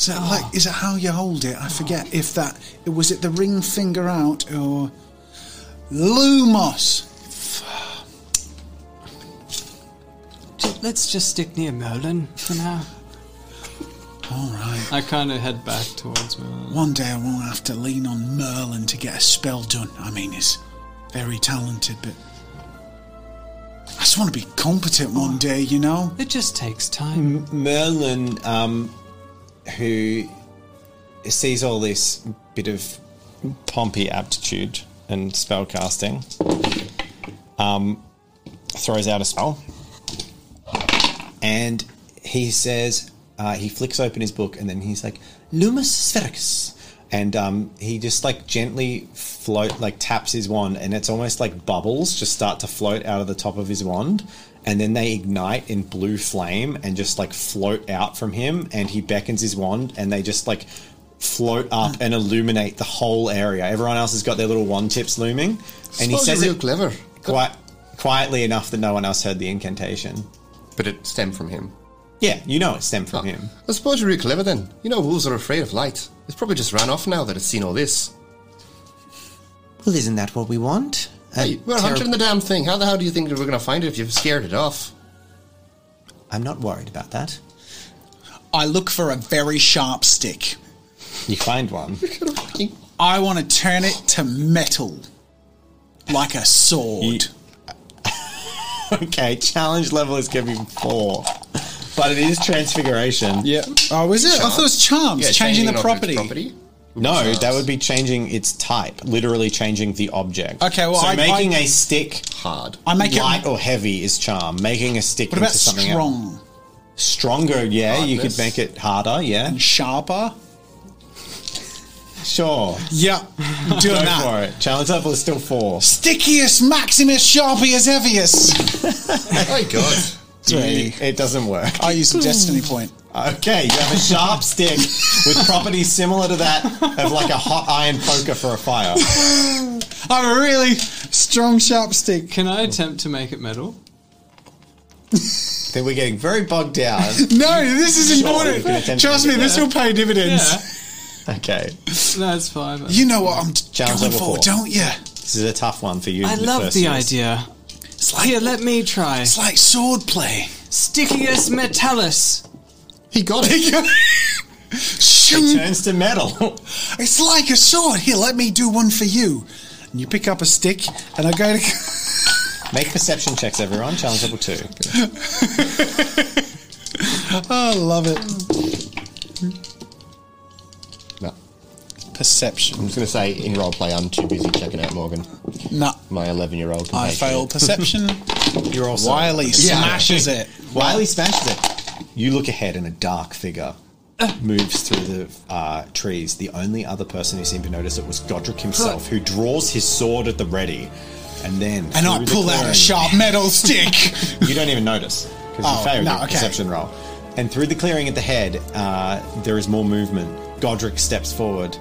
so, like, is it how you hold it? I forget if that was it the ring finger out or Lumos.
Ju- Let's just stick near Merlin for now.
All right.
I kind of head back towards Merlin.
One day I won't have to lean on Merlin to get a spell done. I mean, he's very talented, but I just want to be competent one day, you know.
It just takes time.
Merlin, um, who sees all this bit of
Pompey aptitude and spell casting. Um, throws out a spell.
and he says uh, he flicks open his book and then he's like Lumus Sphericus. And um, he just like gently float, like taps his wand, and it's almost like bubbles just start to float out of the top of his wand, and then they ignite in blue flame and just like float out from him. And he beckons his wand, and they just like float up and illuminate the whole area. Everyone else has got their little wand tips looming, and he
Suppose
says
you're real
it
clever.
quite quietly enough that no one else heard the incantation.
But it stemmed from him.
Yeah, you know it stemmed
Oh.
from him.
I suppose you're real clever then. You know wolves are afraid of light. It's probably just ran off now that it's seen all this.
Well, isn't that what we want?
Uh,
A
Hey, we're
terri-
hunting the damn thing. How the hell do you think that we're going to find it if you've scared it off?
I'm not worried about that.
I look for a very sharp stick.
You find one. [LAUGHS]
I want to turn it to metal, like a sword.
okay, challenge level is going to be four, but it is transfiguration.
Yeah. Oh, is it? I thought it was charms.
Yeah,
changing, the
an object's
property.
No, that would be changing its type, literally changing the object.
Okay, well,
so
I-
making
I-
a stick
hard.
I make
light
it.
or heavy is charm. Making a stick
What
into
about
something else.
strong
stronger. Yeah, you
Hardness.
could make it harder. Yeah,
and sharper?
sure.
Yeah, I'm doing
Go
that.
for it. Challenge level is still four.
Stickiest, maximus,
[LAUGHS]
sharpiest, heaviest.
My God.
You- it doesn't work.
I use a destiny point.
Okay, you have a
[LAUGHS]
sharp stick with properties similar to that of like a hot iron poker for a fire.
I'm a really strong, sharp stick.
Can I attempt to make it metal?
Then we're getting very bogged down.
No, this is
Sure, we can
important.
attempt
Trust
to
me,
do
this
that.
will pay dividends.
Yeah.
Okay.
No, it's fine.
You know what I'm t-
Challenge
going
level
for,
four.
don't you?
This is a tough one for you.
I
in
love
first
the
years.
idea. Here, let me try.
It's like sword play.
Stickiest metallus.
[LAUGHS]
He got it.
[LAUGHS]
Shoot.
Turns to metal. [LAUGHS]
It's like a sword. Here, let me do one for you. And you pick up a stick, and I go to. [LAUGHS]
Make perception checks, everyone. Challenge level two.
Oh, I love it.
No.
Perception.
I'm just going to say, in roleplay, I'm too busy checking out Morgan.
No,
My 11 year old.
I failed perception.
You're also
Wiley smashes it.
Wiley smashes it. You look ahead, and a dark figure moves through the uh, trees. The only other person who seemed to notice it was Godric himself, who draws his sword at the ready, and then
And I
through the
pull out a
clearing-
sharp metal stick.
You don't even notice because
Oh,
you failed
no,
your
okay.
perception roll. And through the clearing at the head, uh, there is more movement. Godric steps forward,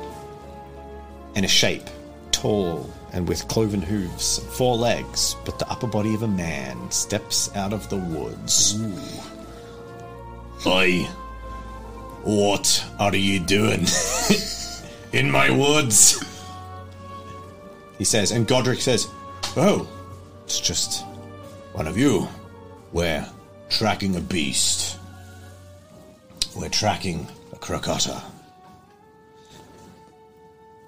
and a shape, tall and with cloven hooves, four legs, but the upper body of a man, steps out of the woods. Oi, what are you doing [LAUGHS] in my woods? He says, and Godric says, "Oh, it's just one of you. We're tracking a beast. We're tracking a crocotta.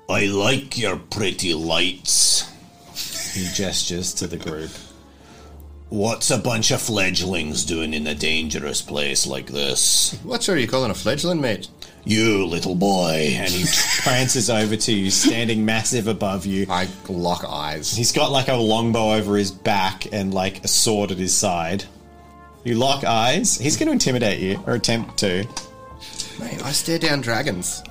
I like your pretty lights. He gestures to the group.
What's a bunch of fledglings doing in a dangerous place like this?
What are you calling a fledgling, mate?
You little boy.
And [LAUGHS] he prances over to you, standing massive above you.
I lock eyes.
He's got like a longbow over his back and like a sword at his side. You lock eyes. He's going to intimidate you or attempt to.
Mate, I stare down dragons.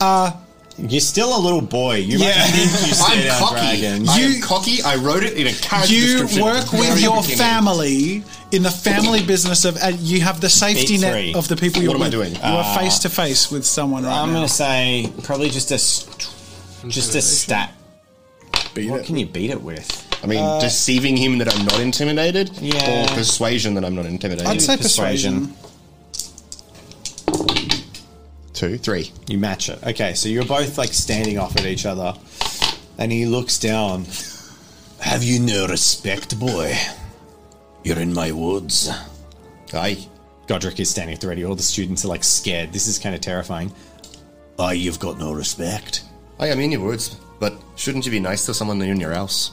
You're still a little boy. You
Yeah.
might think you stare
I'm
down
cocky.
dragons.
I am
You-
cocky. [LAUGHS] I wrote it in a character
You
description.
work
Very
with your
beginning.
family in the family business of, and you have the safety
Beat
net
three.
of the people you're
What am I
with.
doing? Uh,
You are face to face with someone right
I'm
now.
going to say probably just a st- just a stat.
Beat
What
it.
can you beat it with?
I mean, deceiving him that I'm not intimidated,
Yeah.
or persuasion that I'm not intimidated.
I'd say
persuasion.
persuasion.
two, three.
You match it. Okay, so you're both like standing off at each other, and he looks down.
Have you no respect, boy? You're in my woods.
Aye.
Godric is standing at the ready. All the students are like scared. This is kind of terrifying.
Aye, you've got no respect.
Aye, I mean your words, but shouldn't you be nice to someone in your house?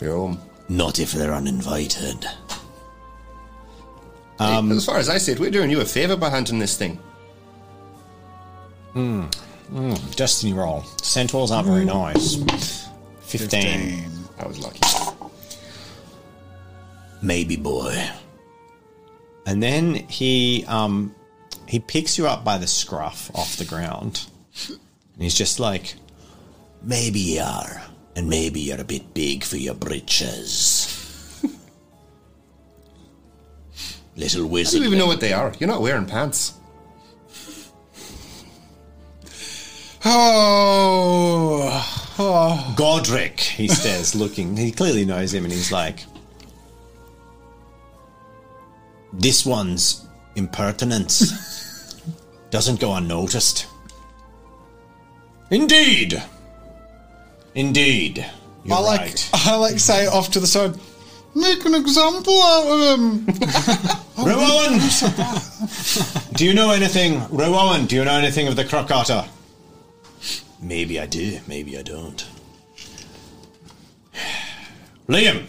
Your home.
Not if they're uninvited.
Hey, as far as I see it, we're doing you a favor by hunting this thing.
Destiny roll. Centaurs aren't very nice. 15.
I was lucky.
Maybe, boy.
And then he um, he picks you up by the scruff off the ground. And he's just like,
Maybe you are. And maybe you're a bit big for your britches. [LAUGHS] Little
I don't
wizard.
even know what they are. You're not wearing pants.
Oh, oh.
Godric, he says, looking. He clearly knows him and he's like,
This one's impertinence doesn't go unnoticed.
Indeed! Indeed. You're
I like
right.
I like say off to the side, make an example out of him.
Rowan! do you know anything? Rowan, do you know anything of the Crocata?
Maybe I do, maybe I don't. [SIGHS]
Liam,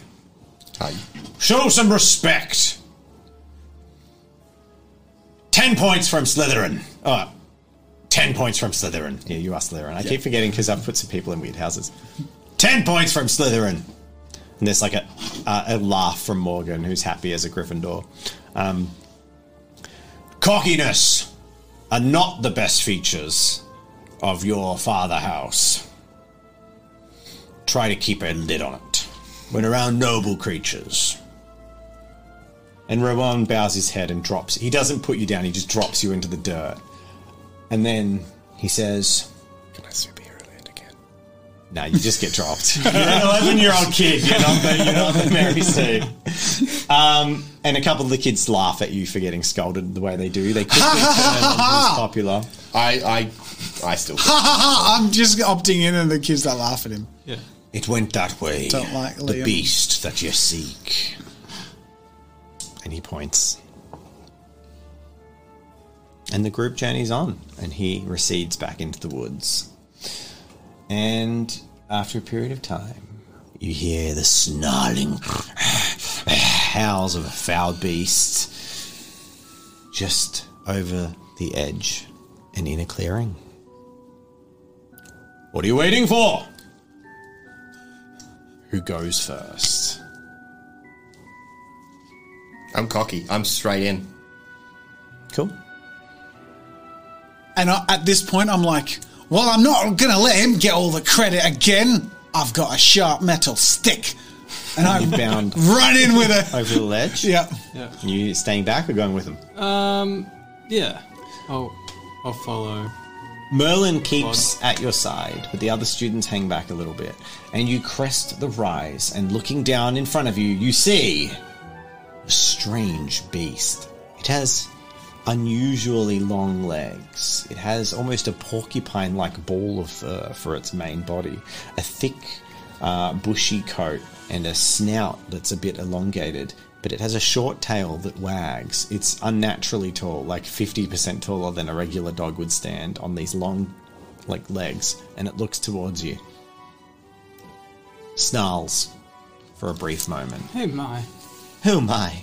Aye.
show some respect. Ten points from Slytherin. Oh, ten points from Slytherin. Yeah, you are Slytherin. I keep forgetting because I've put some people in weird houses. Ten points from Slytherin. And there's like a, uh, a, a laugh from Morgan, who's happy as a Gryffindor. Um, cockiness are not the best features of your father house.
Try to keep a lid on it. When around noble creatures.
And Rowan bows his head and drops. He doesn't put you down, he just drops you into the dirt. And then he says,
Can I superhero land again?
No, you just get dropped. [LAUGHS] you're an 11 year old kid. You're not the, you're not the Mary Sue. Um, and a couple of the kids laugh at you for getting scolded the way they do. They quickly turn on who's popular.
I, I, I still.
Ha ha ha! I'm just opting in, and the kids that laugh at him.
It went that way.
Don't like
the
Liam.
beast that you seek.
And he points. And the group journeys on, and he recedes back into the woods. And after a period of time, you hear the snarling [SIGHS] howls of a foul beast just over the edge and in a clearing. What are you waiting for? Who goes first?
I'm cocky. I'm straight in.
Cool.
And I, at this point, I'm like, well, I'm not gonna let him get all the credit again. I've got a sharp metal stick, and I'm
You bound. [LAUGHS]
right in with it.
over the ledge.
Yeah.
You staying back or going with him?
Um, yeah. I'll, I'll follow.
Merlin keeps at your side, but the other students hang back a little bit. And you crest the rise, and looking down in front of you, you see a strange beast. It has unusually long legs. It has almost a porcupine like ball of fur for its main body, a thick, uh, bushy coat, and a snout that's a bit elongated. But it has a short tail that wags. It's unnaturally tall, like 50% taller than a regular dog would stand on these long, like, legs, and it looks towards you. Snarls for a brief moment Oh
Hey, Oh my.
Who am I?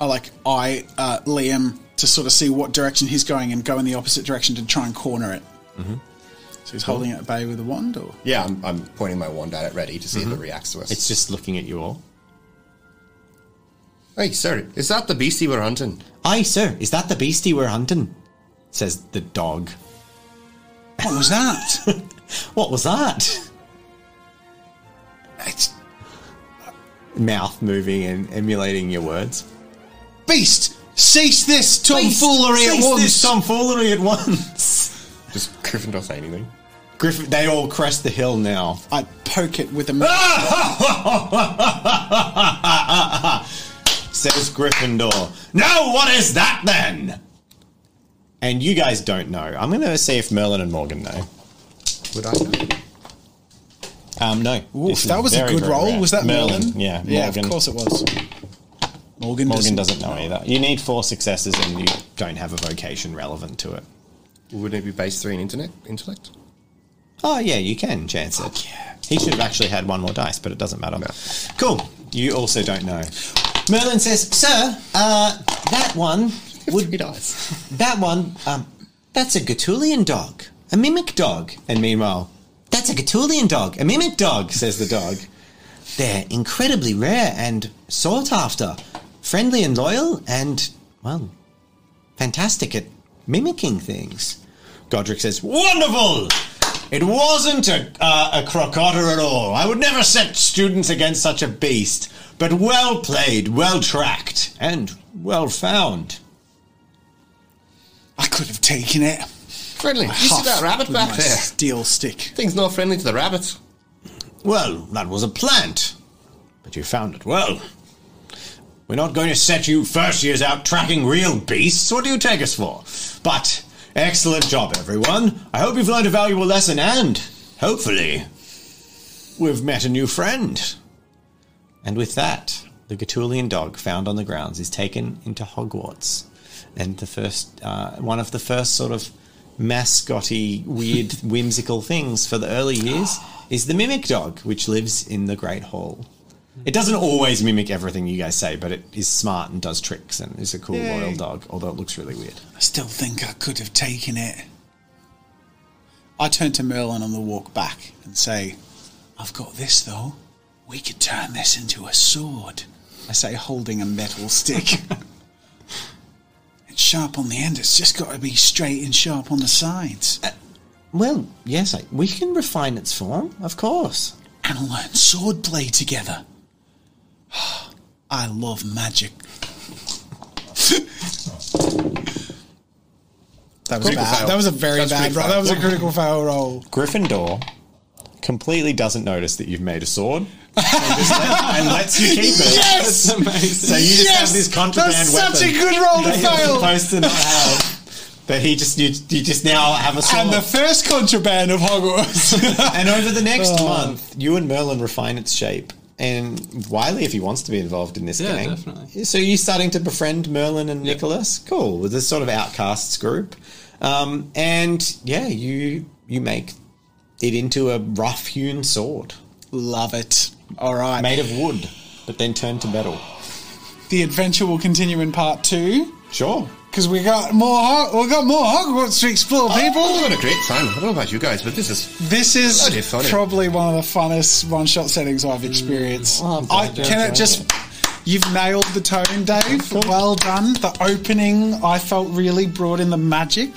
I like eye uh, Liam to sort of see what direction he's going and go in the opposite direction to try and corner it. Mm-hmm. So he's holding it at bay with a wand, or
Yeah, I'm, I'm pointing my wand at it ready to see if it reacts to us.
It's just looking at you all.
hey, sir, is that the beastie we're hunting?
Aye, sir, is that the beastie we're hunting? Says the dog.
what was that?
What was that?
it's
Mouth moving and emulating your words.
beast. Cease this tomfoolery
Cease
at once.
This tomfoolery at once.
Does [LAUGHS] Gryffindor say anything?
Griffin, they all crest the hill now.
I poke it with a.
Says Gryffindor. Now what is that then? And you guys don't know. I'm going to see if Merlin and Morgan know.
Would I know?
Um, no.
Oof,
This is
that was a
very,
good
very
roll.
rare.
Was that Merlin?
Yeah,
yeah,
Morgan.
of course it was. Morgan,
Morgan doesn't
doesn't.
know either. You need four successes and you don't have a vocation relevant to it.
Wouldn't it be base three in internet intellect?
Oh yeah, you can chance it. Yeah. He should have actually had one more dice, but it doesn't matter. Cool. You also don't know.
Merlin says, Sir, uh, that one would
Three dice.
That one, um, that's a Gatulian dog, a mimic dog.
And meanwhile,
That's a Gatulian dog, a mimic dog, says the dog. They're incredibly rare and sought after, friendly and loyal, and, well, fantastic at mimicking things.
Godric says, "Wonderful! It wasn't a uh, a crocotter at all. I would never set students against such a beast. But well played, well tracked, and well found."
I could have taken it. [LAUGHS]
Friendly. You see
Huff
that rabbit
with
back
my
there?
Steel stick.
Thing's not friendly to the rabbits.
Well, that was a plant. But you found it well. We're not going to set you first years out tracking real beasts. What do you take us for? But excellent job, everyone. I hope you've learned a valuable lesson and, hopefully, we've met a new friend. And with that, the Gatulian dog found on the grounds is taken into Hogwarts. And the first, uh, one of the first sort of mascotty, weird, whimsical things for the early years is the mimic dog, which lives in the Great Hall. It doesn't always mimic everything you guys say, but it is smart and does tricks and is a cool, loyal dog, although it looks really weird.
I still think I could have taken it. I turn to Merlin on the walk back and say, I've got this though. We could turn this into a sword. I say, holding a metal stick. it's sharp on the end, it's just got to be straight and sharp on the sides.
Well, yes, I, we can refine its form, of course.
And learn swordplay together. [SIGHS] I love magic. That was
Critical
bad.
fail.
That was a very
That's
bad
critical
roll.
fail.
That was a critical fail roll.
Gryffindor completely doesn't notice that you've made a sword and, just let- and lets you keep it.
[LAUGHS] Yes!
So you just have this contraband
That's
weapon.
such a good roll to [LAUGHS]
that you're
fail.
supposed to not have. But he just you, you just now have a sword.
And
And,
the first contraband of Hogwarts.
over the next month, you and Merlin refine its shape. And Wiley, if he wants to be involved in this
Yeah,
gang,
definitely.
so you're starting to befriend Merlin and Nicholas. Cool, with this sort of outcasts group, um, and yeah, you you make it into a rough-hewn sword
[LAUGHS] Love it. All right.
made of wood, but then turned to metal.
The adventure will continue in part two
Sure,
because we got more. Ho- we got more Hogwarts to explore, people.
I've had a great time. I don't know about you guys, but this is.
This
Bloody
is
funny.
probably one of the funnest one-shot settings I've experienced.
I'm glad
I
you
can it
enjoyed
just. You've nailed the tone, Dave. Well done. The opening I felt really brought in the magic,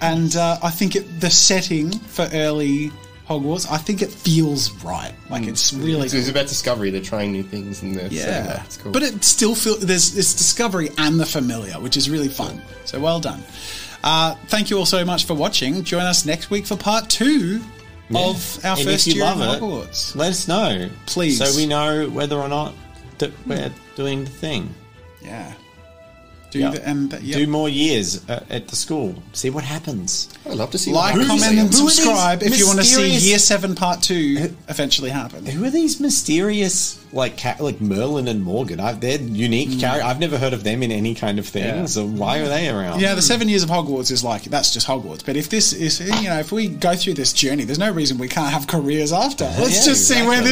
and uh, I think it, the setting for early Hogwarts. I think it feels right.
Mm.
Like it's really
It's, it's about discovery. They're trying new things and they're saying that. It's cool.
But it still feels there's it's discovery and the familiar, which is really fun. So well done. Uh, thank you all so much for watching. Join us next week for part two of our
And
first
if you
year in
love it,
Hogwarts.
Let us know,
Please.
so we know whether or not that we're doing the thing.
Yeah. Do
Yeah.
the, and the, yeah.
Do more years uh, at the school. See what happens.
I'd love to see
like,
what happens
comment, and
later.
who are these
subscribe if you want to see
mysterious-
Year Seven Part Two eventually happen.
Who are these mysterious, like ca- like Merlin and Morgan? I've, they're unique characters. I've never heard of them in any kind of thing. So why are they around?
Yeah, the seven years of Hogwarts is like that's just Hogwarts. But if this is, you know, if we go through this journey, there's no reason we can't have careers after. Let's
Yeah,
just see where
exactly.
this.